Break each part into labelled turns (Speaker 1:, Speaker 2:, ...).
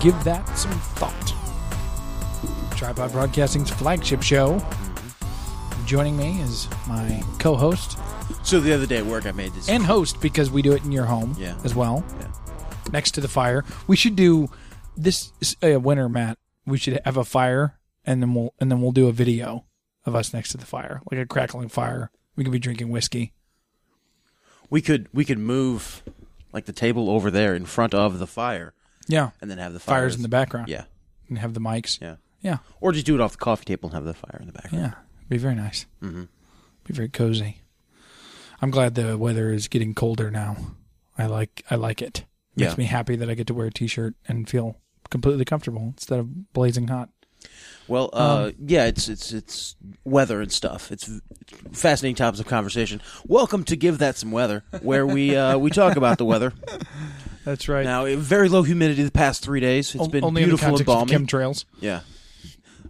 Speaker 1: Give that some thought. Tripod Broadcasting's flagship show. Joining me is my co host
Speaker 2: So the other day at work, I made this.
Speaker 1: and host because we do it in your home
Speaker 2: Yeah.
Speaker 1: as well. Next to the fire. We should do this uh, winter, Matt. We should have a fire and then we'll and then we'll do a video of us next to the fire, like a crackling fire. We could be drinking whiskey.
Speaker 2: we could we could move like the table over there in front of the fire,
Speaker 1: Yeah.
Speaker 2: and then have the fire
Speaker 1: Fires in the background.
Speaker 2: Yeah,
Speaker 1: And have the mics.
Speaker 2: yeah.
Speaker 1: Yeah.
Speaker 2: Or just do it off the coffee table and have the fire in the background.
Speaker 1: Yeah, be very nice. Mm-hmm. Be very cozy. I'm glad the weather is getting colder now. I like I like it. Makes
Speaker 2: Yeah.
Speaker 1: me happy that I get to wear a t-shirt and feel completely comfortable instead of blazing hot.
Speaker 2: Well, uh,
Speaker 1: Um,
Speaker 2: yeah, it's it's it's weather and stuff. It's it's fascinating topics of conversation. Welcome to give that some weather, where we uh, we talk about the weather.
Speaker 1: That's right.
Speaker 2: Now, eh, very low humidity the past three days. It's been
Speaker 1: only
Speaker 2: beautiful
Speaker 1: in the
Speaker 2: and
Speaker 1: context of
Speaker 2: balmy.
Speaker 1: chemtrails.
Speaker 2: Yeah.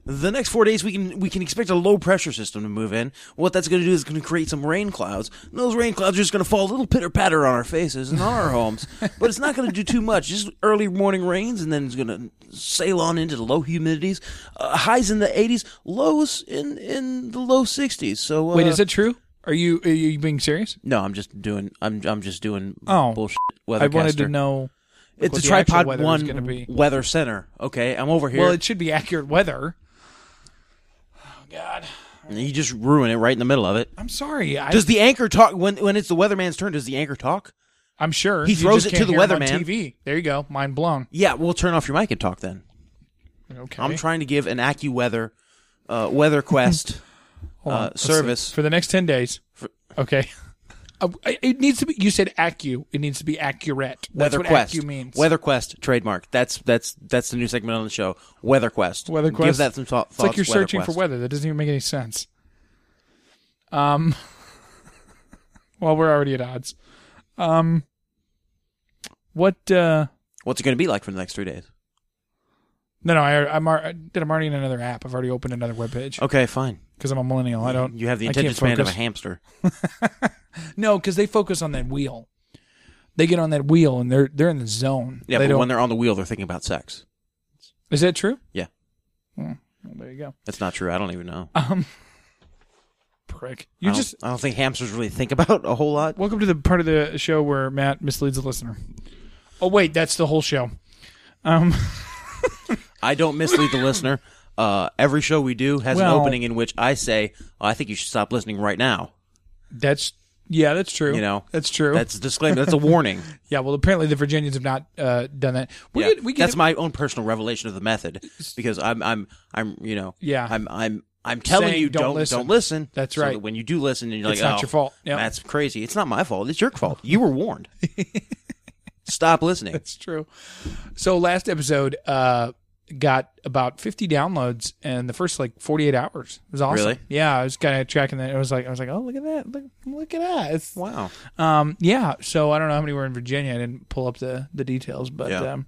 Speaker 2: The next four days, we can we can expect a low pressure system to move in. What that's going to do is going to create some rain clouds. And those rain clouds are just going to fall a little pitter patter on our faces and on our homes, but it's not going to do too much. Just early morning rains, and then it's going to sail on into the low humidities, uh, highs in the 80s, lows in in the low 60s. So uh,
Speaker 1: Wait, is it true? Are you are you being serious?
Speaker 2: No, I'm just doing. I'm I'm just doing.
Speaker 1: Oh.
Speaker 2: bullshit.
Speaker 1: I wanted to
Speaker 2: weathercaster.
Speaker 1: know.
Speaker 2: It's
Speaker 1: what
Speaker 2: a
Speaker 1: the actual
Speaker 2: tripod
Speaker 1: weather is
Speaker 2: one
Speaker 1: gonna be.
Speaker 2: weather center. Okay, I'm over here.
Speaker 1: Well, it should be accurate weather. Oh God,
Speaker 2: you just ruin it right in the middle of it.
Speaker 1: I'm sorry. I,
Speaker 2: Does the anchor talk when when it's the weatherman's turn? Does the anchor talk?
Speaker 1: I'm sure
Speaker 2: He
Speaker 1: You
Speaker 2: throws
Speaker 1: just
Speaker 2: it to
Speaker 1: can't
Speaker 2: the
Speaker 1: hear him on
Speaker 2: weatherman.
Speaker 1: TV. There you go. Mind blown.
Speaker 2: Yeah, we'll turn off your mic and talk then.
Speaker 1: Okay.
Speaker 2: I'm trying to give an AccuWeather uh, Weather Quest
Speaker 1: Hold on,
Speaker 2: uh,
Speaker 1: let's see.
Speaker 2: service.
Speaker 1: for the next 10 days. okay. Uh, it needs to be, you said accu. It needs to be accurate. That's
Speaker 2: Weather
Speaker 1: what
Speaker 2: Quest
Speaker 1: accu means.
Speaker 2: Weather Quest trademark. That's that's that's the new segment on the show. Weather Quest.
Speaker 1: Weather
Speaker 2: Give
Speaker 1: Quest.
Speaker 2: that some thought.
Speaker 1: It's like
Speaker 2: thoughts,
Speaker 1: you're
Speaker 2: Weather
Speaker 1: searching
Speaker 2: Quest.
Speaker 1: for weather. That doesn't even make any sense. Um, well, we're already at odds. Um, what, uh,
Speaker 2: What's it going to be like for the next three days?
Speaker 1: no, no, I, I'm, ar- did, I'm already in another app. I've already opened another webpage
Speaker 2: Okay, fine.
Speaker 1: because I'm a millennial. I don't,
Speaker 2: Oh. You have the
Speaker 1: I can't
Speaker 2: attention span of a
Speaker 1: focus.
Speaker 2: hamster.
Speaker 1: No, because they focus on that wheel. They get on that wheel and they're, they're in the zone.
Speaker 2: Yeah,
Speaker 1: they
Speaker 2: but
Speaker 1: don't,
Speaker 2: when they're on the wheel, they're thinking about sex.
Speaker 1: is that true? Hmm.
Speaker 2: Yeah,
Speaker 1: Well, there you go.
Speaker 2: that's not true. I don't even know.
Speaker 1: Prick.
Speaker 2: I
Speaker 1: You
Speaker 2: don't-
Speaker 1: just
Speaker 2: I don't think hamsters really think about a whole lot.
Speaker 1: welcome to the part of the show where Matt misleads the listener. Oh wait, that's the whole show. Um,
Speaker 2: I don't mislead the listener. Uh, every show we do has
Speaker 1: Well-
Speaker 2: an opening in which I say, oh, "I think you should stop listening right now."
Speaker 1: that's yeah, that's true.
Speaker 2: You know,
Speaker 1: that's true.
Speaker 2: That's a disclaimer. That's a warning.
Speaker 1: yeah. Well, apparently the Virginians have not uh, done that. We
Speaker 2: yeah.
Speaker 1: could- we could-
Speaker 2: that's my own personal revelation of the method because I'm I'm I'm you know
Speaker 1: Yeah.
Speaker 2: I'm I'm I'm telling
Speaker 1: Saying
Speaker 2: you
Speaker 1: don't
Speaker 2: don't
Speaker 1: listen.
Speaker 2: listen.
Speaker 1: That's
Speaker 2: so
Speaker 1: right.
Speaker 2: that when you do listen, and you're
Speaker 1: It's
Speaker 2: like,
Speaker 1: not
Speaker 2: "Oh,
Speaker 1: your fault." Yep.
Speaker 2: That's crazy. It's not my fault. It's your fault. You were warned. stop listening.
Speaker 1: That's true. So last episode uh, got about 50 downloads in the first like 48 hours. It was awesome.
Speaker 2: Really?
Speaker 1: Yeah, I was kind of tracking that. It was like I was like, oh look at that, look, look at that. It's
Speaker 2: Wow.
Speaker 1: Um, yeah. So I don't know how many were in Virginia. I didn't pull up the, the details, but
Speaker 2: Yeah.
Speaker 1: um,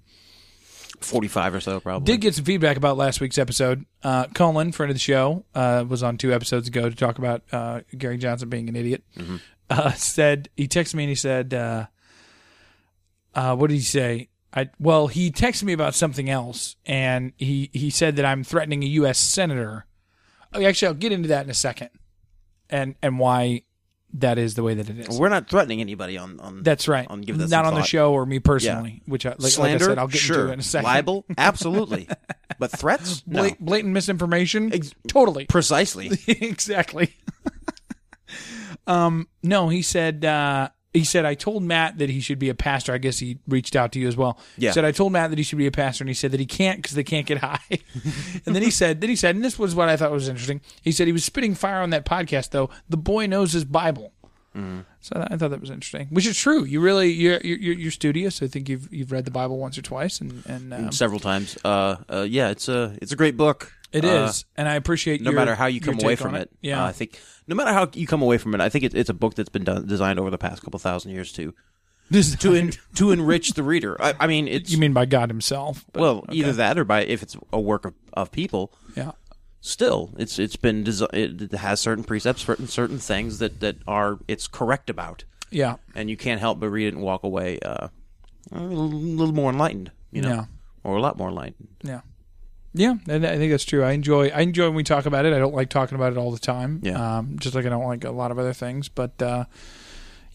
Speaker 2: Forty five or so probably.
Speaker 1: did get some feedback about last week's episode. Uh, Colin, friend of the show, uh, was on two episodes ago to talk about uh, Gary Johnson being an idiot.
Speaker 2: Mm-hmm.
Speaker 1: Uh, said he texted me and he said, uh, uh, "What did he say?" I well, he texted me about something else, and he he said that I'm threatening a U.S. senator. Oh, actually, I'll get into that in a second, and and why that is the way that it is.
Speaker 2: We're not threatening anybody on on
Speaker 1: That's right.
Speaker 2: on give that
Speaker 1: Not on
Speaker 2: some
Speaker 1: the
Speaker 2: thought.
Speaker 1: show or me personally, which I, like, like
Speaker 2: slander.
Speaker 1: I said, I'll get
Speaker 2: sure.
Speaker 1: into it in a second.
Speaker 2: Libel, absolutely. but threats, no.
Speaker 1: Bla- blatant misinformation, totally,
Speaker 2: Precisely.
Speaker 1: exactly. um, no, he said. Uh, he said I told Matt that he should be a pastor. I guess he reached out to you as well.
Speaker 2: Yeah.
Speaker 1: He said I told Matt that he should be a pastor, and he said that he can't because they can't get high. and then he said, then he said, and this was what I thought was interesting. He said he was spitting fire on that podcast though. The boy knows his Bible.
Speaker 2: Mm.
Speaker 1: So I thought that was interesting, which is true. You really you're you're, you're studious. I think you've you've read the Bible once or twice, and and um,
Speaker 2: several times. Uh, uh, yeah, it's a it's a great book.
Speaker 1: it is.
Speaker 2: Uh,
Speaker 1: and I appreciate
Speaker 2: no
Speaker 1: your-
Speaker 2: matter how you
Speaker 1: your
Speaker 2: come away
Speaker 1: take
Speaker 2: from
Speaker 1: on
Speaker 2: it.
Speaker 1: Yeah,
Speaker 2: uh, I think no matter how you come away from it, I think it, it's a book that's been done, designed over the past couple thousand years to
Speaker 1: this
Speaker 2: to en- to enrich the reader. I, I mean, it's
Speaker 1: you mean by God Himself? but-
Speaker 2: well either that or by if it's a work of, of people.
Speaker 1: yeah.
Speaker 2: Still, it's it's been desi- it has certain precepts, certain certain things that that are it's correct about,
Speaker 1: Yeah,
Speaker 2: and you can't help but read it and walk away uh, a little, little more enlightened, you know,
Speaker 1: Yeah.
Speaker 2: or a lot more enlightened.
Speaker 1: yeah, yeah. And I think that's true. I enjoy I enjoy when we talk about it. I don't like talking about it all the time.
Speaker 2: Yeah.
Speaker 1: um, just like I don't like a lot of other things. But uh,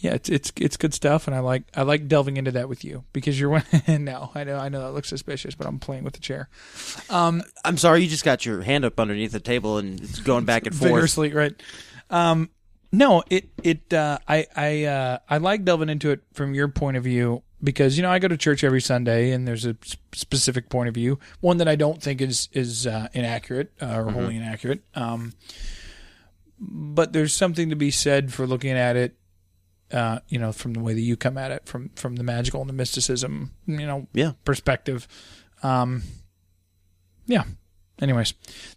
Speaker 1: yeah, it's it's it's good stuff, and I like I like delving into that with you because you're one. no, I know I know that looks suspicious, but I'm playing with the chair
Speaker 2: I'm sorry, you just got your hand up underneath the table and it's going back and forth.
Speaker 1: vigorously, right? Um, no, it it uh, I I uh, I like delving into it from your point of view because you know I go to church every Sunday and there's a s- specific point of view, one that I don't think is is uh, inaccurate uh, or wholly
Speaker 2: Mm-hmm.
Speaker 1: inaccurate. Um, but there's something to be said for looking at it. Uh, you know, from the way that you come at it, from from the magical and the mysticism, you know,
Speaker 2: Yeah.
Speaker 1: perspective. Um, yeah. Anyways,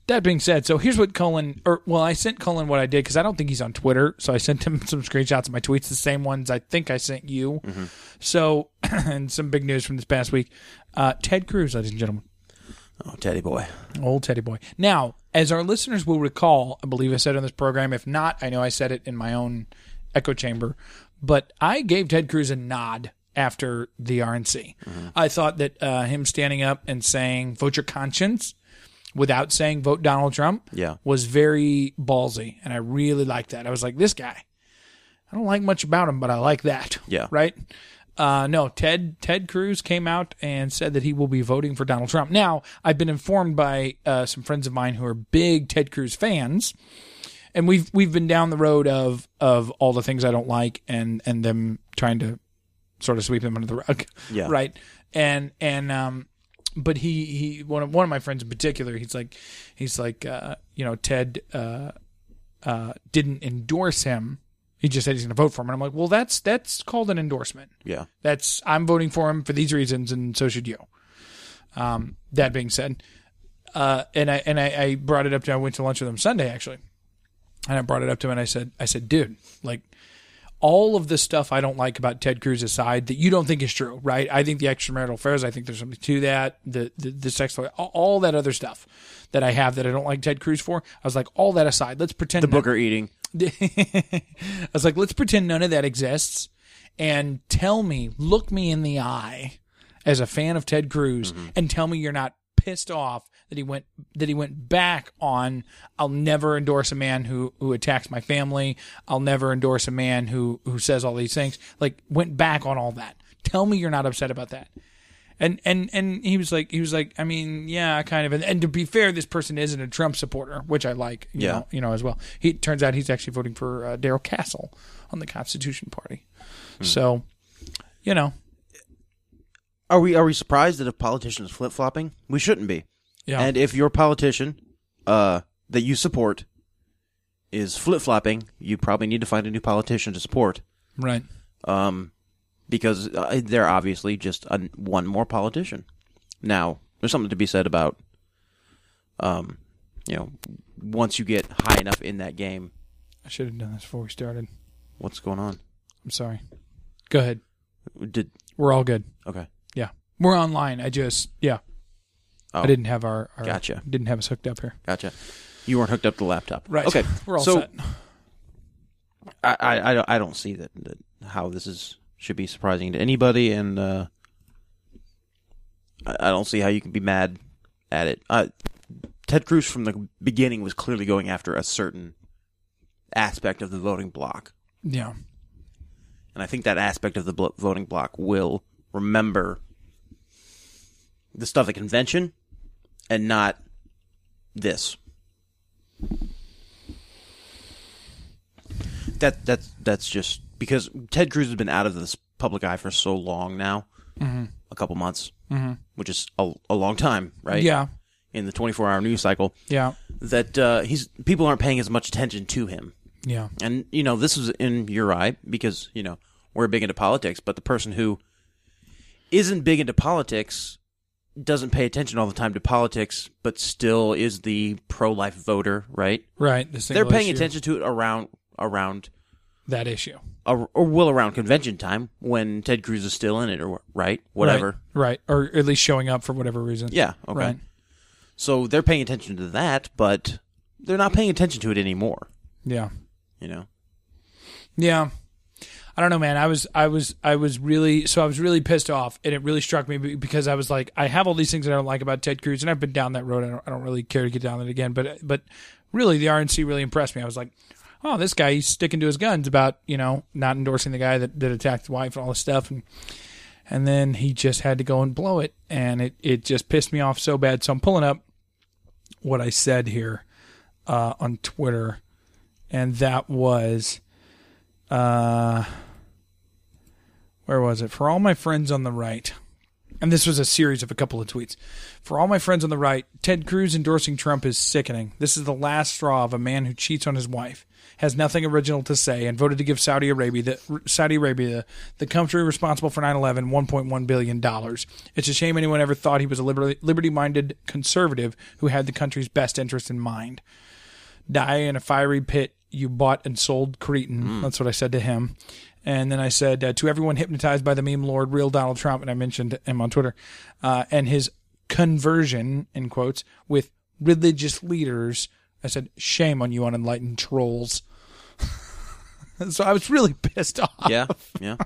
Speaker 1: that being said, so here's what Cullen, or well, I sent Cullen what I did because I don't think he's on Twitter, so I sent him some screenshots of my tweets, the same ones I think I sent you. So, and some big news from this past week: uh, Ted Cruz, ladies and gentlemen,
Speaker 2: Oh, Teddy boy.
Speaker 1: old Teddy boy. Now, as our listeners will recall, I believe I said on this program. If not, I know I said it in my own echo chamber, but I gave Ted Cruz a nod after the RNC. I thought that uh, him standing up and saying "vote your conscience" without saying "vote Donald Trump"
Speaker 2: Yeah.
Speaker 1: was very ballsy, and I really liked that. I was like, this guy. I don't like much about him, but I like that.
Speaker 2: Yeah.
Speaker 1: Right. Uh, no, Ted Ted Cruz came out and said that he will be voting for Donald Trump. Now, I've been informed by uh, some friends of mine who are big Ted Cruz fans, and we've we've been down the road of of all the things I don't like and and them trying to sort of sweep them under the rug.
Speaker 2: Yeah.
Speaker 1: Right. And and um but he he one of one of my friends in particular, he's like he's like uh you know, Ted uh uh didn't endorse him. He just said he's going to vote for him. And I'm like, "Well, that's that's called an endorsement.
Speaker 2: Yeah.
Speaker 1: That's I'm voting for him for these reasons and so should you." Um that being said, uh and I and I, I brought it up to I went to lunch with him Sunday actually. And I brought it up to him and I said I said, "Dude, like all of the stuff I don't like about Ted Cruz aside that you don't think is true, right? I think the extramarital affairs, I think there's something to that, the the, the sex, all- all that other stuff that I have that I don't like Ted Cruz for. I was like, all that aside, let's pretend
Speaker 2: The
Speaker 1: that-
Speaker 2: Booker eating.
Speaker 1: I was like, let's pretend none of that exists and tell me, look me in the eye as a fan of Ted Cruz and tell me you're not pissed off that he went that he went back on I'll never endorse a man who who attacks my family. I'll never endorse a man who who says all these things. Like went back on all that. Tell me you're not upset about that. And and and he was like he was like I mean yeah kind of and, and to be fair this person isn't a Trump supporter which I like you
Speaker 2: Yeah.
Speaker 1: know, you know as well he it turns out he's actually voting for uh, Daryl Castle on the Constitution Party so you know
Speaker 2: Are we are we surprised that a politician is flip flopping? We shouldn't be.
Speaker 1: yeah
Speaker 2: And if your politician uh, that you support is flip flopping, you probably need to find a new politician to support.
Speaker 1: right
Speaker 2: Um, because uh, they're obviously just a, one more politician. Now, there's something to be said about, um, you know, once you get high enough in that game,
Speaker 1: I should have done this before we started
Speaker 2: what's going on?
Speaker 1: I'm sorry go ahead
Speaker 2: Did
Speaker 1: we're all good
Speaker 2: okay?
Speaker 1: yeah we're online I just yeah
Speaker 2: Oh,
Speaker 1: I didn't have our, our
Speaker 2: Gotcha.
Speaker 1: didn't have us hooked up here
Speaker 2: Gotcha. You weren't hooked up to the laptop,
Speaker 1: right
Speaker 2: Okay,
Speaker 1: we're all
Speaker 2: so
Speaker 1: set
Speaker 2: I, I, I don't- I don't see that, that how this is should be surprising to anybody, and uh, I, I don't see how you can be mad at it. Uh, Ted Cruz from the beginning was clearly going after a certain aspect of the voting bloc,
Speaker 1: yeah
Speaker 2: and I think that aspect of the blo- voting bloc will remember the stuff at convention and not this. That that's that's just because Ted Cruz has been out of this public eye for so long now, a couple months, mm-hmm. which is a, a long time, right?
Speaker 1: yeah
Speaker 2: In the twenty-four hour news cycle,
Speaker 1: yeah
Speaker 2: that uh, he's people aren't paying as much attention to him.
Speaker 1: Yeah.
Speaker 2: And you know, this was in your eye because you know we're big into politics, but the person who isn't big into politics doesn't pay attention all the time to politics, but still is the pro-life voter, right?
Speaker 1: Right. The
Speaker 2: They're
Speaker 1: single
Speaker 2: paying
Speaker 1: issue,
Speaker 2: attention to it around around
Speaker 1: that issue.
Speaker 2: or or well around convention time when Ted Cruz is still in it or right whatever.
Speaker 1: Right. right. Or at least showing up for whatever reason.
Speaker 2: Yeah. Okay.
Speaker 1: Right.
Speaker 2: So they're paying attention to that, but they're not paying attention to it anymore.
Speaker 1: Yeah.
Speaker 2: You know.
Speaker 1: Yeah. I don't know, man. I was, I was, I was really, so I was really pissed off, and it really struck me be- because I was like, I have all these things that I don't like about Ted Cruz, and I've been down that road. I don't, I don't really care to get down it again, but, but really, the RNC really impressed me. I was like, oh, this guy, he's sticking to his guns about, you know, not endorsing the guy that, that attacked his wife and all this stuff, and and then he just had to go and blow it, and it it just pissed me off so bad. So I'm pulling up what I said here uh, on Twitter, and that was uh, where was it? For all my friends on the right, and this was a series of a couple of tweets. For all my friends on the right, Ted Cruz endorsing Trump is sickening. This is the last straw of a man who cheats on his wife, has nothing original to say, and voted to give Saudi Arabia, the, Saudi Arabia, the country responsible for 9/11, 1.1 billion dollars. It's a shame anyone ever thought he was a liberty, liberty-minded conservative who had the country's best interest in mind. Die in a fiery pit you bought and sold Cretan. That's what I said to him. And then I said uh, to everyone hypnotized by the meme lord, real Donald Trump, and I mentioned him on Twitter, uh, and his conversion in quotes with religious leaders. I said, "Shame on you, unenlightened trolls." so I was really pissed off.
Speaker 2: Yeah. yeah.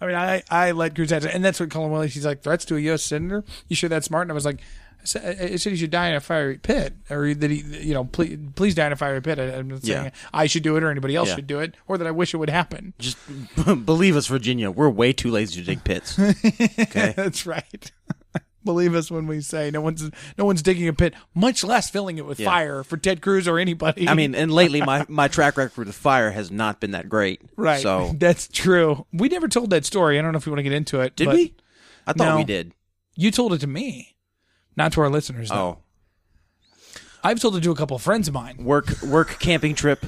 Speaker 1: I mean, I, I let Cruz have it. And that's what Colin Willis, he's like, threats to a U.S. senator? You sure that's smart? And I was like, I said, I said he should die in a fiery pit. Or that he, you know, please, please die in a fiery pit. I, am not saying
Speaker 2: Yeah.
Speaker 1: I should do it or anybody else
Speaker 2: Yeah.
Speaker 1: should do it or that I wish it would happen.
Speaker 2: Just b- believe us, Virginia. We're way too lazy to dig pits. Okay.
Speaker 1: That's right. Believe us when we say no one's no one's digging a pit, much less filling it with
Speaker 2: Yeah.
Speaker 1: fire for Ted Cruz or anybody.
Speaker 2: I mean, and lately my, my track record with fire has not been that great.
Speaker 1: right?
Speaker 2: So
Speaker 1: that's true. We never told that story. I don't know if we want to get into it.
Speaker 2: did
Speaker 1: but
Speaker 2: we? I thought
Speaker 1: No.
Speaker 2: we did.
Speaker 1: You told it to me, not to our listeners. though.
Speaker 2: Oh,
Speaker 1: I've told it to a couple of friends of mine.
Speaker 2: work work camping trip.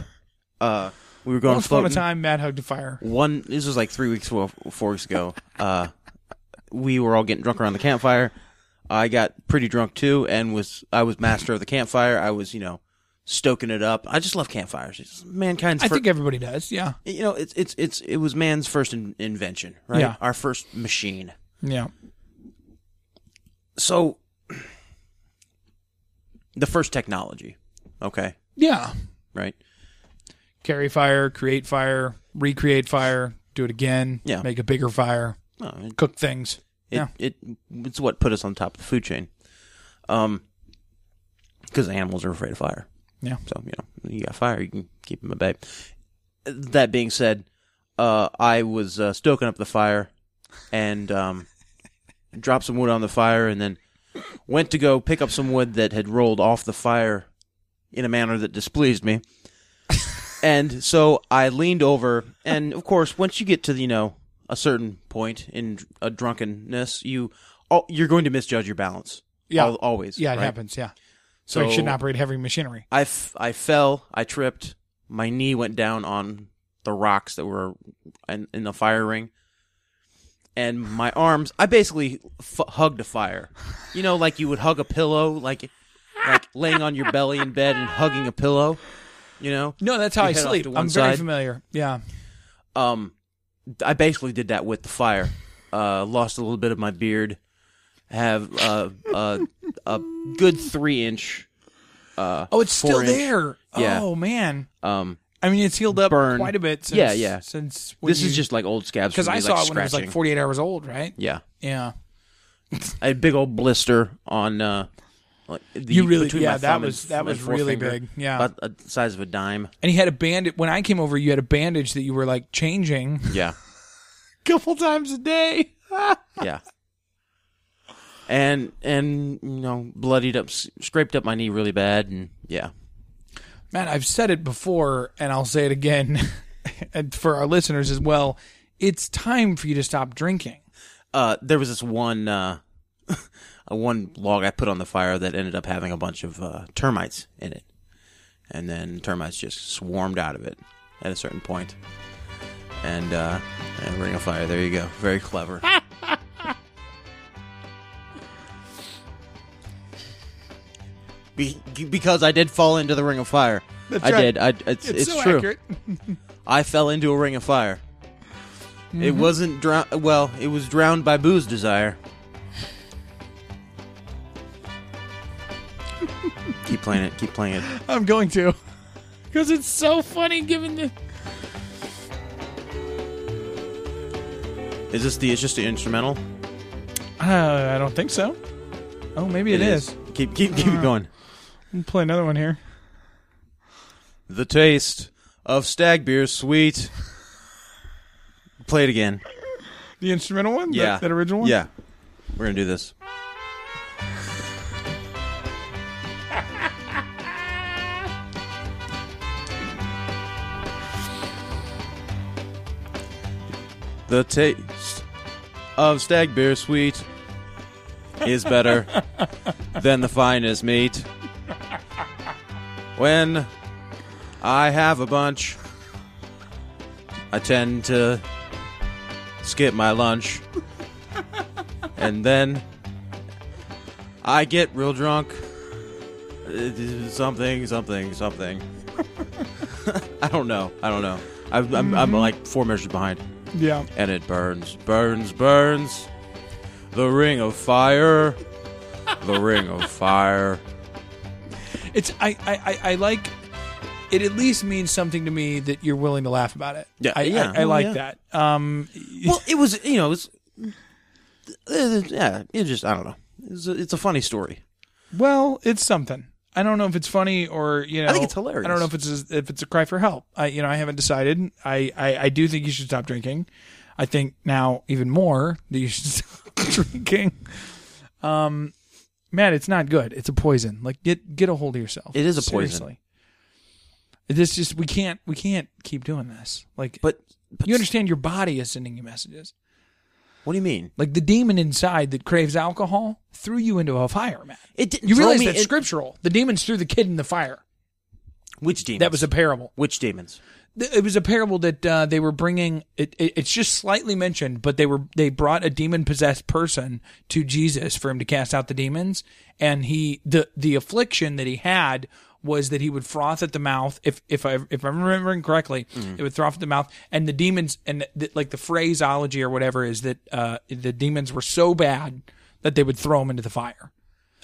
Speaker 2: Uh, we were going
Speaker 1: Once upon a
Speaker 2: floating.
Speaker 1: time, Mad Hug to Fire.
Speaker 2: One. This was like three weeks, four, four weeks ago. Uh, we were all getting drunk around the campfire. I got pretty drunk too, and was I was master of the campfire. I was you know stoking it up. I just love campfires. It's mankind's.
Speaker 1: I
Speaker 2: fir-
Speaker 1: think everybody does. Yeah,
Speaker 2: you know it's it's it's it was man's first in- invention, right?
Speaker 1: Yeah.
Speaker 2: Our first machine.
Speaker 1: yeah,
Speaker 2: so the first technology okay
Speaker 1: yeah.
Speaker 2: right
Speaker 1: Carry fire, create fire, recreate fire, do it again.
Speaker 2: Yeah.
Speaker 1: make a bigger fire,
Speaker 2: no, it,
Speaker 1: cook things.
Speaker 2: it,
Speaker 1: yeah,
Speaker 2: it it's what put us on top of the food chain um because animals are afraid of fire
Speaker 1: Yeah.
Speaker 2: so you know you got fire you can keep them at bay that being said uh i was uh, stoking up the fire and um dropped some wood on the fire and then went to go pick up some wood that had rolled off the fire in a manner that displeased me. and so I leaned over, and of course, once you get to you know a certain point in a drunkenness, you al- you're going to misjudge your balance.
Speaker 1: Yeah.
Speaker 2: Al- always.
Speaker 1: yeah, it
Speaker 2: right?
Speaker 1: happens. Yeah, so, you shouldn't operate heavy machinery.
Speaker 2: I, f- I fell, I tripped, my knee went down on the rocks that were in, in the fire ring, and my arms, I basically f- hugged a fire. You know, like you would hug a pillow, like like laying on your belly in bed and hugging a pillow. You know,
Speaker 1: No, that's how
Speaker 2: Your
Speaker 1: I
Speaker 2: head off
Speaker 1: sleep.
Speaker 2: to
Speaker 1: I'm
Speaker 2: one
Speaker 1: very
Speaker 2: side.
Speaker 1: familiar. Yeah,
Speaker 2: um, I basically did that with the fire. Uh, lost a little bit of my beard. Have uh, uh, a good three inch. Uh,
Speaker 1: Oh, it's still
Speaker 2: four inch-
Speaker 1: there.
Speaker 2: Yeah.
Speaker 1: Oh man.
Speaker 2: Um,
Speaker 1: I mean, it's healed up
Speaker 2: Burn.
Speaker 1: quite a bit. Since,
Speaker 2: Yeah, yeah.
Speaker 1: Since
Speaker 2: this is just like old scabs
Speaker 1: because
Speaker 2: from
Speaker 1: I
Speaker 2: me,
Speaker 1: saw
Speaker 2: like
Speaker 1: it when it was like
Speaker 2: scratching.
Speaker 1: 48 hours old, right?
Speaker 2: Yeah,
Speaker 1: Yeah.
Speaker 2: I had a big old blister on. Uh, like the,
Speaker 1: You really-
Speaker 2: between
Speaker 1: yeah,
Speaker 2: my
Speaker 1: that
Speaker 2: thumb and-
Speaker 1: was- that
Speaker 2: and
Speaker 1: was really
Speaker 2: forefinger,
Speaker 1: big, yeah.
Speaker 2: about the size of a dime.
Speaker 1: And he had a bandage. When I came over, you had a bandage that you were like changing
Speaker 2: Yeah,
Speaker 1: a couple times a day.
Speaker 2: yeah. And and you know, bloodied up, s- scraped up my knee really bad, and yeah,
Speaker 1: Man, I've said it before, and I'll say it again and for our listeners as well. It's time for you to stop drinking.
Speaker 2: uh, there was this one uh, a one log I put on the fire that ended up having a bunch of uh, termites in it, and then termites just swarmed out of it at a certain point. And, uh, and Ring of Fire, there you go. Very clever. Be- because I did fall into the Ring of Fire. I
Speaker 1: right.
Speaker 2: did. I, it's, it's,
Speaker 1: It's, so
Speaker 2: true.
Speaker 1: accurate.
Speaker 2: I fell into a ring of fire.
Speaker 1: Mm-hmm.
Speaker 2: It wasn't drowned. Well, it was drowned by booze desire. keep playing it. Keep playing it.
Speaker 1: I'm going to. Because it's so funny given the.
Speaker 2: Is this the? It's just the instrumental.
Speaker 1: Uh, I don't think so. Oh, maybe it is.
Speaker 2: Keep keep keep it going.
Speaker 1: We'll play another one here.
Speaker 2: The taste of stag beer sweet. Play it again.
Speaker 1: The instrumental one? That-
Speaker 2: Yeah.
Speaker 1: That, original one?
Speaker 2: Yeah. We're gonna do this. the taste of stag beer sweet is better than the finest meat. When I have a bunch, I tend to skip my lunch and then I get real drunk. Uh, Something, something, something. I don't know. I don't know. I'm, I'm, I'm like four measures behind,
Speaker 1: Yeah.
Speaker 2: and it burns, burns, burns. The ring of fire, the ring of fire.
Speaker 1: It's I, I, I, I like it at least means something to me that you're willing to laugh about it.
Speaker 2: Yeah,
Speaker 1: I,
Speaker 2: yeah.
Speaker 1: I, I
Speaker 2: Oh,
Speaker 1: like
Speaker 2: yeah.
Speaker 1: that. Um
Speaker 2: Well, it was, you know, it's yeah. It just, I don't know. It's a, it's a funny story.
Speaker 1: well, it's something. I don't know if it's funny or you know.
Speaker 2: think it's hilarious.
Speaker 1: I don't know if it's a, if it's a cry for help. I you know I haven't decided. I, I I do think you should stop drinking. I think now even more that you should stop drinking. Um, man, it's not good. It's a poison. Like get get a hold of yourself.
Speaker 2: It is a poison.
Speaker 1: Seriously. This just we can't we can't keep doing this. Like
Speaker 2: But, but
Speaker 1: you understand your body is sending you messages.
Speaker 2: What do you mean?
Speaker 1: Like the demon inside that craves alcohol threw you into a fire, man.
Speaker 2: It didn't
Speaker 1: You
Speaker 2: throw
Speaker 1: realize
Speaker 2: me
Speaker 1: that's
Speaker 2: in-
Speaker 1: scriptural. The demons threw the kid in the fire.
Speaker 2: Which demons?
Speaker 1: That was a parable.
Speaker 2: which demons?
Speaker 1: Th- It was a parable that uh, they were bringing. It, it, it's just slightly mentioned, but they were they brought a demon possessed person to Jesus for him to cast out the demons, and he the the affliction that he had was that he would froth at the mouth. If if I if I'm remembering correctly,
Speaker 2: Mm-hmm.
Speaker 1: it would froth at the mouth, and the demons and the, like the phraseology or whatever is that uh, the demons were so bad that they would throw him into the fire.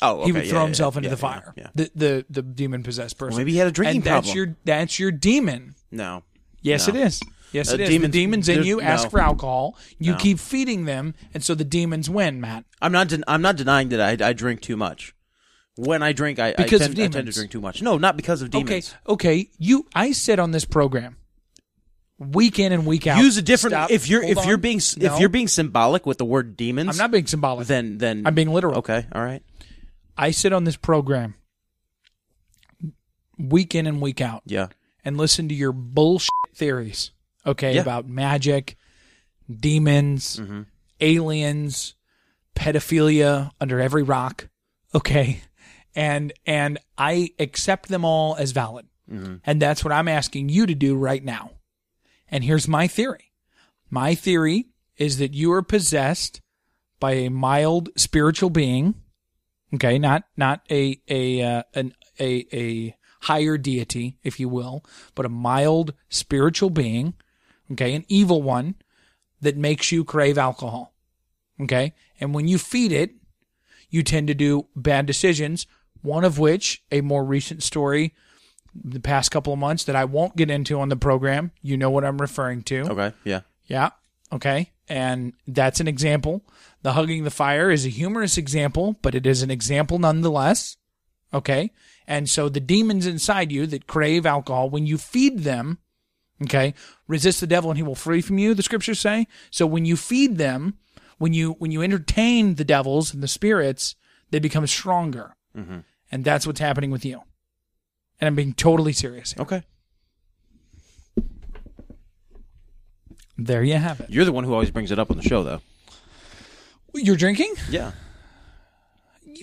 Speaker 2: Oh, okay,
Speaker 1: he would
Speaker 2: yeah,
Speaker 1: throw
Speaker 2: yeah,
Speaker 1: himself
Speaker 2: yeah,
Speaker 1: into
Speaker 2: yeah,
Speaker 1: the
Speaker 2: yeah,
Speaker 1: fire.
Speaker 2: yeah.
Speaker 1: The the the demon possessed person.
Speaker 2: maybe he had a drinking
Speaker 1: and that's
Speaker 2: problem.
Speaker 1: Your that's your demon.
Speaker 2: No.
Speaker 1: Yes,
Speaker 2: No.
Speaker 1: it is. Yes,
Speaker 2: Uh,
Speaker 1: it is.
Speaker 2: demons-
Speaker 1: the demons in
Speaker 2: there's-
Speaker 1: you ask
Speaker 2: no.
Speaker 1: for alcohol. You
Speaker 2: No.
Speaker 1: keep feeding them, and so the demons win, Matt.
Speaker 2: I'm not. Den- I'm not denying that I, I drink too much. When I drink, I,
Speaker 1: Because
Speaker 2: I,
Speaker 1: of
Speaker 2: tend, I tend to
Speaker 1: demons.
Speaker 2: drink too much. No, not because of demons.
Speaker 1: Okay, okay. You, I said on this program, week in and week out.
Speaker 2: Use a different.
Speaker 1: Stop.
Speaker 2: if you're
Speaker 1: Hold
Speaker 2: if you're
Speaker 1: on.
Speaker 2: being s
Speaker 1: No.
Speaker 2: if you're being symbolic with the word demons,
Speaker 1: I'm not being symbolic.
Speaker 2: Then then
Speaker 1: I'm being literal.
Speaker 2: Okay, all right.
Speaker 1: I sit on this program, week in and week out.
Speaker 2: Yeah,
Speaker 1: and listen to your bullshit theories, okay,
Speaker 2: Yeah.
Speaker 1: about magic, demons, aliens, pedophilia under every rock, okay? And and I accept them all as valid. And that's what I'm asking you to do right now. And here's my theory. My theory is that you are possessed by a mild spiritual being, okay, not not a a uh, an a a higher deity, if you will, but a mild spiritual being, okay, an evil one that makes you crave alcohol, okay, and when you feed it, you tend to do bad decisions. One of which, a more recent story, the past couple of months that I won't get into on the program. You know what I'm referring to.
Speaker 2: okay, yeah.
Speaker 1: Yeah. Okay. And that's an example. The hugging the fire is a humorous example, but it is an example nonetheless. Okay. And so the demons inside you that crave alcohol, when you feed them, okay, resist the devil and he will flee from you, the scriptures say. So when you feed them, when you when you entertain the devils and the spirits, they become stronger. And that's what's happening with you. And I'm being totally serious. here.
Speaker 2: Okay,
Speaker 1: There you have it.
Speaker 2: you're the one who always brings it up on the show, though.
Speaker 1: You're drinking?
Speaker 2: Yeah,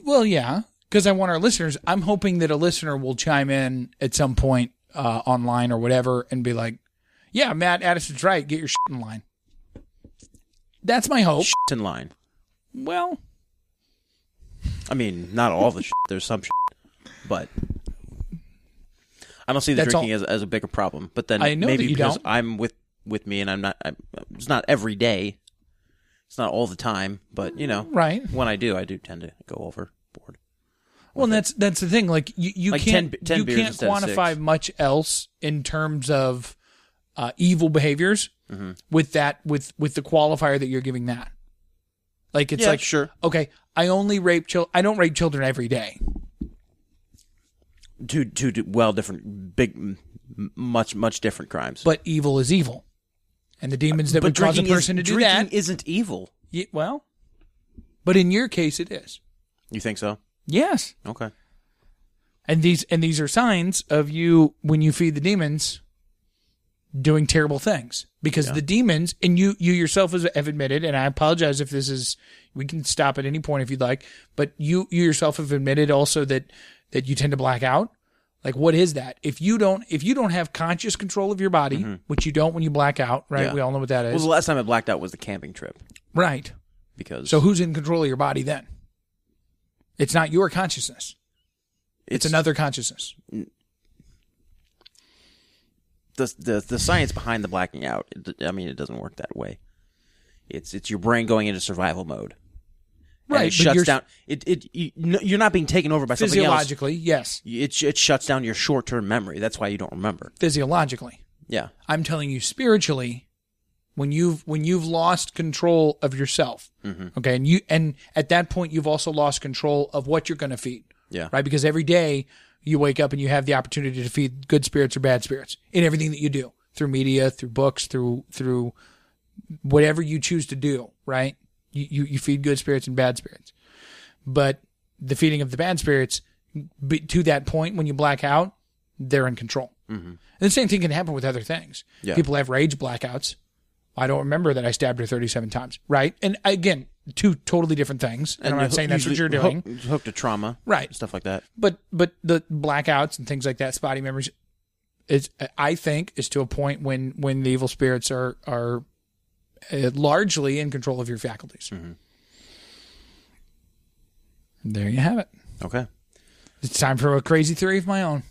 Speaker 1: Well, yeah, because I want our listeners. I'm hoping that a listener will chime in at some point uh, online or whatever and be like, "Yeah, Matt Addison's right. Get your shit in line." That's my hope.
Speaker 2: in line.
Speaker 1: Well,
Speaker 2: I mean, not all the shit. There's some shit, but I don't see the
Speaker 1: That's
Speaker 2: drinking
Speaker 1: all-
Speaker 2: as, as a bigger problem. But then
Speaker 1: I know
Speaker 2: maybe
Speaker 1: that you
Speaker 2: because
Speaker 1: don't.
Speaker 2: I'm with with me and I'm not. I'm, it's not every day. It's not all the time, but you know,
Speaker 1: right.
Speaker 2: When I do, I do tend to go overboard.
Speaker 1: Well, and that's that's the thing. Like you, you
Speaker 2: Like 10
Speaker 1: can't
Speaker 2: be- 10
Speaker 1: you
Speaker 2: beers
Speaker 1: can't
Speaker 2: instead of six.
Speaker 1: quantify much else in terms of uh, evil behaviors
Speaker 2: Mm-hmm.
Speaker 1: with that with with the qualifier that you're giving that. Like it's
Speaker 2: Yeah,
Speaker 1: like
Speaker 2: sure.
Speaker 1: okay, I only rape children. I don't rape children every day.
Speaker 2: Two, two, d- well, different, big, m- m- much, much different crimes.
Speaker 1: but evil is evil. And the demons that would cause a
Speaker 2: drinking is-
Speaker 1: person to do
Speaker 2: drinking
Speaker 1: that.
Speaker 2: isn't evil.
Speaker 1: Ye- well, but in your case, it is.
Speaker 2: You think so?
Speaker 1: Yes.
Speaker 2: Okay.
Speaker 1: And these and these are signs of you when you feed the demons doing terrible things because the demons and you you yourself has- have admitted and I apologize if this is we can stop at any point if you'd like but you you yourself have admitted also that that you tend to black out like what is that if you don't if you don't have conscious control of your body which you don't when you black out right
Speaker 2: Mm-hmm. Yeah.
Speaker 1: we all know what that is
Speaker 2: Well, the last time I blacked out was the camping trip
Speaker 1: right
Speaker 2: because
Speaker 1: So who's in control of your body then? It's not your consciousness. It's, another consciousness.
Speaker 2: the, the the science behind the blacking out. it d- I mean, it doesn't work that way. It's it's your brain going into survival mode.
Speaker 1: Right,
Speaker 2: And
Speaker 1: but
Speaker 2: it shuts
Speaker 1: you're-
Speaker 2: down. It it you, no, you're not being taken over by something else.
Speaker 1: Physiologically, yes.
Speaker 2: It it shuts down your short term memory. That's why you don't remember.
Speaker 1: Physiologically.
Speaker 2: Yeah.
Speaker 1: I'm telling you spiritually when you've when you've lost control of yourself. Okay? And you and at that point you've also lost control of what you're going to feed.
Speaker 2: Yeah.
Speaker 1: Right? Because every day you wake up and you have the opportunity to feed good spirits or bad spirits in everything that you do, through media, through books, through through whatever you choose to do, right? You, you, you feed good spirits and bad spirits. But the feeding of the bad spirits, be, to that point, when you black out, they're in control. And the same thing can happen with other things.
Speaker 2: Mm-hmm. Yeah.
Speaker 1: People have rage blackouts. I don't remember that I stabbed her 37 times, right? And again, two totally different things. And, I'm
Speaker 2: you-
Speaker 1: not saying that's what you're doing,
Speaker 2: usually hook- Hooked to trauma,
Speaker 1: Right.
Speaker 2: Stuff like that.
Speaker 1: but but the blackouts and things like that, spotty memories, is I think is to a point when when the evil spirits are are uh, largely in control of your faculties. There you have it.
Speaker 2: Okay.
Speaker 1: It's time for a crazy theory of my own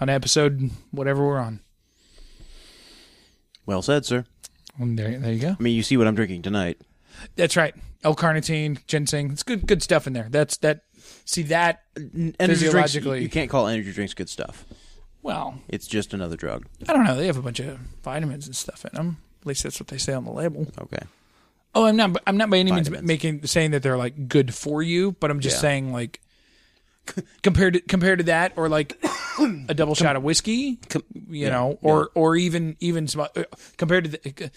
Speaker 1: on episode whatever we're on.
Speaker 2: Well said, sir.
Speaker 1: And there, there you go.
Speaker 2: I mean, you see what I'm drinking tonight.
Speaker 1: That's right. L-carnitine, ginseng. It's good good stuff in there. That's that. See that?
Speaker 2: Energy drinks. You,
Speaker 1: Physiologically.
Speaker 2: you can't call energy drinks good stuff.
Speaker 1: Well,
Speaker 2: It's just another drug.
Speaker 1: I don't know. They have a bunch of vitamins and stuff in them. At least that's what they say on the label.
Speaker 2: Okay.
Speaker 1: Oh, I'm not. I'm not by any means
Speaker 2: Vitamins.
Speaker 1: making saying that they're like good for you, but I'm just
Speaker 2: Yeah.
Speaker 1: saying like compared to compared to that, or like a double shot of whiskey, you know, or or even even some uh, compared to the,